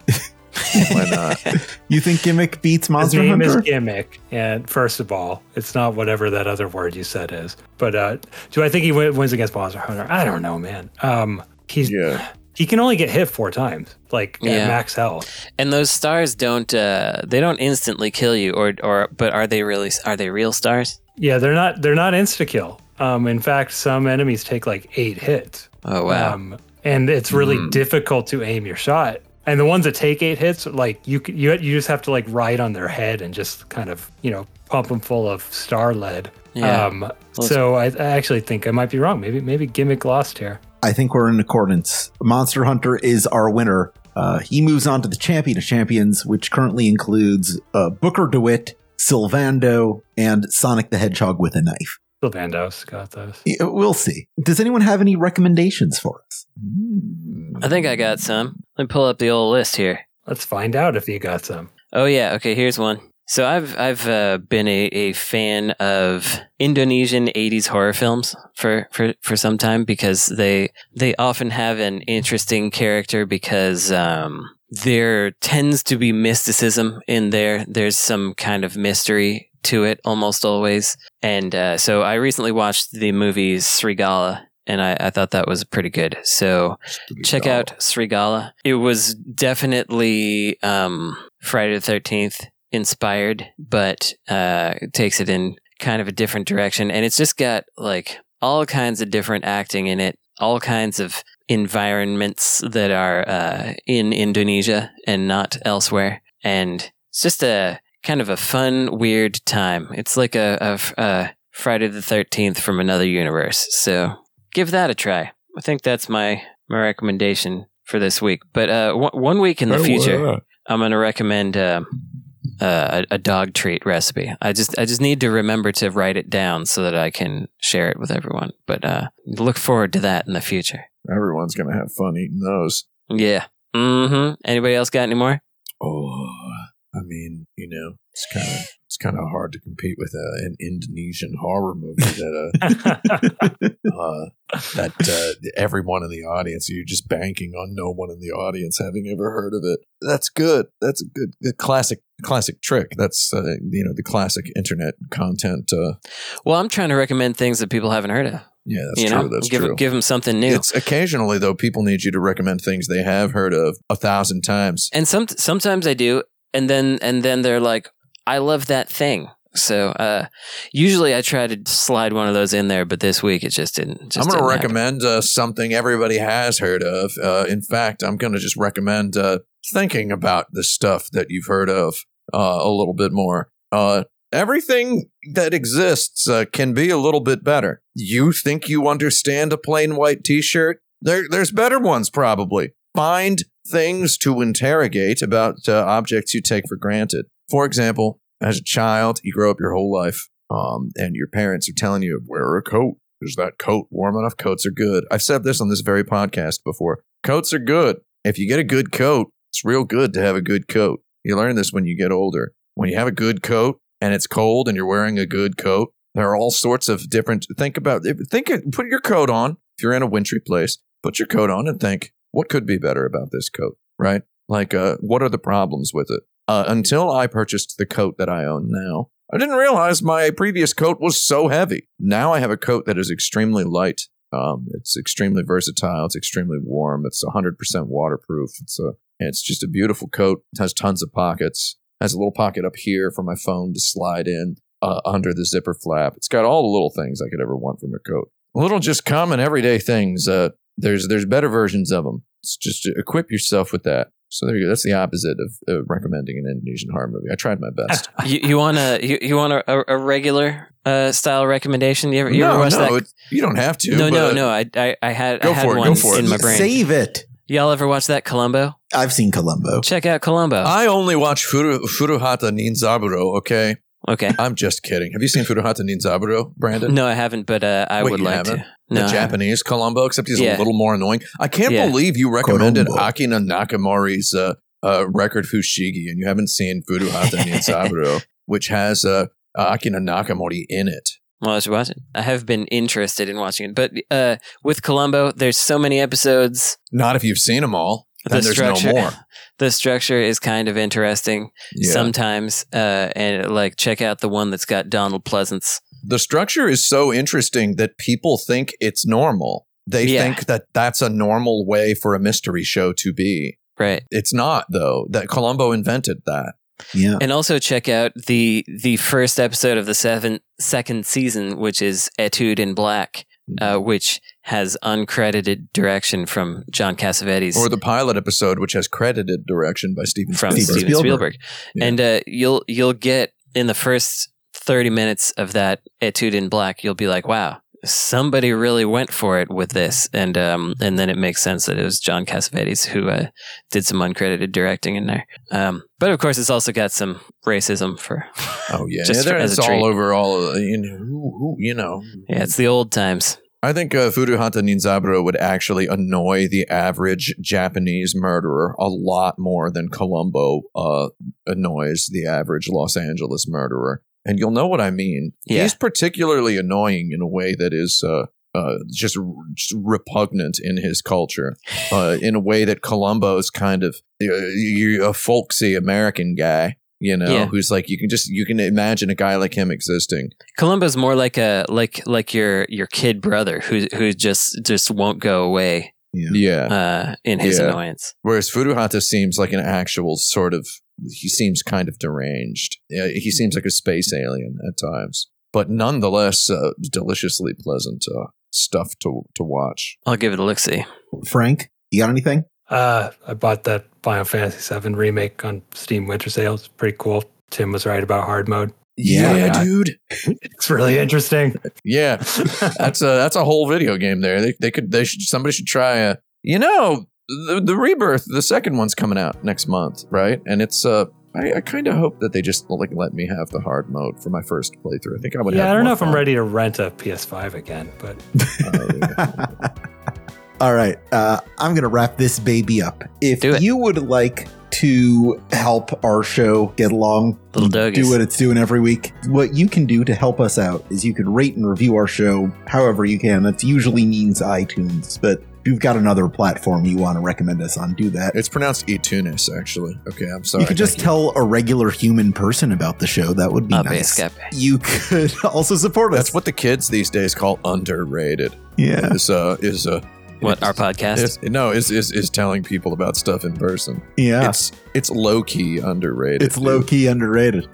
Why not? *laughs* You think Gimmick beats His Monster name Hunter? is gimmick, and first of all, it's not whatever that other word you said is. But uh, do I think he wi- wins against Monster Hunter? I don't know, man. Um, he's yeah, he can only get hit four times, like Yeah. at max health. And those stars don't uh, they don't instantly kill you or or but are they really are they real stars? Yeah, they're not they're not insta kill. Um, in fact, some enemies take like eight hits. Oh wow. Um, and it's really Hmm. difficult to aim your shot. And the ones that take eight hits, like you, c- you, you just have to like ride on their head and just kind of, you know, pump them full of star lead. Yeah. Um, so I, I actually think I might be wrong. Maybe, maybe gimmick lost here. I think we're in accordance. Monster Hunter is our winner. Uh, he moves on to the Champion of Champions, which currently includes uh, Booker DeWitt, Sylvando, and Sonic the Hedgehog with a knife. Sylvandos got those. Yeah, We'll see. Does anyone have any recommendations for us? I think I got some. Let me pull up the old list here. Let's find out if you got some. Oh yeah, okay. Here's one. So I've I've uh, been a, a fan of Indonesian '80s horror films for, for, for some time because they they often have an interesting character because um, there tends to be mysticism in there. There's some kind of mystery to it almost always. And uh, so I recently watched the movie Srigala, and I, I thought that was pretty good. So check out Srigala. It was definitely um, Friday the 13th inspired, but uh, it takes it in kind of a different direction. And it's just got like all kinds of different acting in it, all kinds of environments that are uh, in Indonesia and not elsewhere. And it's just a kind of a fun, weird time. It's like a, a f- a Friday the 13th from another universe. So give that a try. I think that's my my recommendation for this week. But uh, one one week Oh, in the future, I'm going to recommend um uh, a, a dog treat recipe. I just I just need to remember to write it down so that I can share it with everyone. But uh, look forward to that in the future. Everyone's gonna have fun eating those. Yeah. Mm-hmm. Anybody else got any more? Oh, I mean, you know, it's kind of it's kind of hard to compete with uh, an Indonesian *laughs* horror movie that uh, *laughs* uh, that uh, everyone in the audience you're just banking on no one in the audience having ever heard of it. That's good. That's a good the classic classic trick. That's uh, you know the classic internet content. Uh, Well, I'm trying to recommend things that people haven't heard of. yeah, that's you true. know, That's give true. give them something new. It's occasionally though people need you to recommend things they have heard of a thousand times. and some sometimes I do, and then and then they're like, I love that thing. So uh, usually I try to slide one of those in there, but this week it just didn't. Just I'm going to didn't happen. recommend uh, something everybody has heard of. Uh, in fact, I'm going to just recommend uh, thinking about the stuff that you've heard of uh, a little bit more. Uh, everything that exists uh, can be a little bit better. You think you understand a plain white t shirt? There, there's better ones probably. Find things to interrogate about uh, objects you take for granted. For example, as a child, you grow up your whole life, um, and your parents are telling you, wear a coat. There's that coat. Warm enough coats are good. I've said this on this very podcast before. Coats are good. If you get a good coat, it's real good to have a good coat. You learn this when you get older. When you have a good coat and it's cold and you're wearing a good coat, there are all sorts of different. Think about. Think. Put your coat on. If you're in a wintry place, put your coat on and think what could be better about this coat, right? Like, uh, what are the problems with it? Uh, until I purchased the coat that I own now, I didn't realize my previous coat was so heavy. Now I have a coat that is extremely light. Um, it's extremely versatile. It's extremely warm. It's 100% waterproof. It's a, it's just a beautiful coat. It has tons of pockets. It has a little pocket up here for my phone to slide in uh, under the zipper flap. It's got all the little things I could ever want from a coat. Little just common everyday things. Uh, there's there's better versions of them. It's just to equip yourself with that. So there you go. That's the opposite of uh, recommending an Indonesian horror movie. I tried my best. *laughs* you, you want a you, you want a, a, a regular uh, style recommendation? You ever, you ever watch no, that? it- you don't have to. no, no, but- no. I I, I had Go I had for it, go one for it. in my brain. Save it. Y'all ever watch that Columbo? I've seen Columbo. Check out Columbo. I only watch Furu, Furuhata Ninzaburo, okay? *laughs* okay. I'm just kidding. Have you seen Furuhata Ninzaburo, Brandon? No, I haven't, but uh, I Wait, would you like to. haven't? No, the I haven't. Japanese Columbo, except he's Yeah. a little more annoying. I can't Yeah. believe you recommended Columbo. Akina Nakamori's uh, uh, record Fushigi and you haven't seen Furuhata *laughs* Ninzaburo, which has uh, Akina Nakamori in it. Well, I should watch it. I have been interested in watching it, but uh, with Columbo, there's so many episodes. Not if you've seen them all. Then The there's structure- *laughs* no more. The structure is kind of interesting Yeah. sometimes, uh, and like check out the one that's got Donald Pleasance. the structure is so interesting that people think it's normal. They Yeah. think that that's a normal way for a mystery show to be. Right. It's not though. That Columbo invented that. Yeah. And also check out the the first episode of the seven, second season, which is Etude in Black, uh, which has uncredited direction from John Cassavetes Or the pilot episode, which has credited direction by Steven from Spielberg. Steven Steve- Spielberg, Spielberg. Yeah. and uh, you'll you'll get in the first thirty minutes of that Etude in Black, you'll be like, wow. Somebody really went for it with this, and um, and then it makes sense that it was John Cassavetes who uh, did some uncredited directing in there. Um, but of course, it's also got some racism for *laughs* Oh yeah, Just there- as a it's all treat. over all. uh, You know, who, who, you know. yeah, it's the old times. I think uh, Furuhata Ninzaburo would actually annoy the average Japanese murderer a lot more than Columbo uh, annoys the average Los Angeles murderer. And you'll know what I mean. Yeah. He's particularly annoying in a way that is uh, uh, just, just repugnant in *sighs* his culture, uh, in a way that Columbo's kind of uh, you a folksy American guy, you know, Yeah. who's like, you can just, you can imagine a guy like him existing. Columbo's more like a like like your your kid brother who who just just won't go away Yeah. uh, in his Yeah. annoyance. Whereas Furuhata seems like an actual sort of he seems kind of deranged. Yeah, He Hmm. seems like a space alien at times, but nonetheless uh, deliciously pleasant uh, stuff to to watch. I'll give it a look. See, Frank, you got anything? Uh, I bought that Final Fantasy VII remake on Steam Winter Sale. It's pretty cool. Tim was right about hard mode. Yeah. dude. It's really interesting. *laughs* Yeah, that's a that's a whole video game there. They they could they should somebody should try a you know the the rebirth the second one's coming out next month right and it's uh. I, I kind of hope that they just like let me have the hard mode for my first playthrough. I think I would. have yeah, I don't more know if I'm fun. ready to rent a PS5 again, but *laughs* All right, uh, I'm going to wrap this baby up. If Do it. you would like to help our show get along, Little do doggies. what it's doing every week, what you can do to help us out is you can rate and review our show however you can. That usually means iTunes, but if you've got another platform you want to recommend us on, do that. It's pronounced Etunis, actually. Okay, I'm sorry. you could just tell a regular human person about the show. That would be Up, nice. escape. You could *laughs* also support us. That's what the kids these days call underrated. yeah. Is uh is uh What *laughs* our podcast? is, no is, is is telling people about stuff in person. Yeah. It's it's low key underrated. It's dude. low key underrated.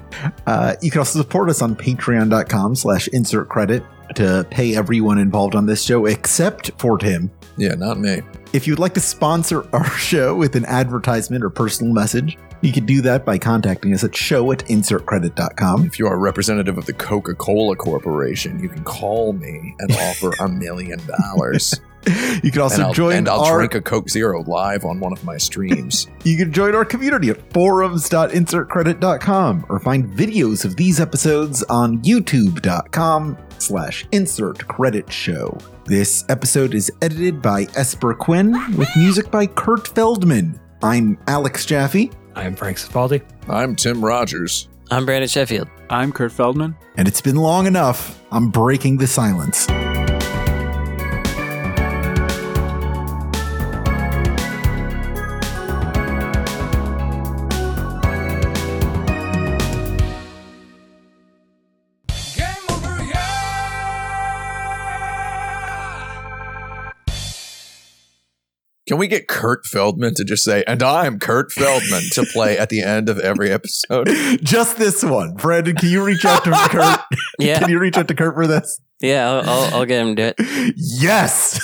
Uh, you can also support us on patreon.com slash insert credit to pay everyone involved on this show except for Tim. Yeah, not me. If you'd like to sponsor *laughs* our show with an advertisement or personal message, you can do that by contacting us at show at insertcredit.com. If you are a representative of the Coca Cola Corporation, you can call me and offer *laughs* a million dollars. *laughs* You can also and I'll, join and I'll our drink a Coke Zero live on one of my *laughs* streams. You can join our community at forums.insertcredit.com or find videos of these episodes on youtube.com slash insert credit show. This episode is edited by Esper Quinn with music by Kurt Feldman. I'm Alex Jaffe, I'm Frank Sifaldi. I'm Tim Rogers. I'm Brandon Sheffield. I'm Kurt Feldman. and it's been long enough. I'm breaking the silence. Game over, yeah! Can we get Kurt Feldman to just say, and I'm Kurt Feldman to play at the end of every episode? Just this one. Brandon, can you reach out to Kurt? Yeah, *laughs* Can you reach out to Kurt for this? yeah. I'll, I'll, I'll get him to do it. Yes.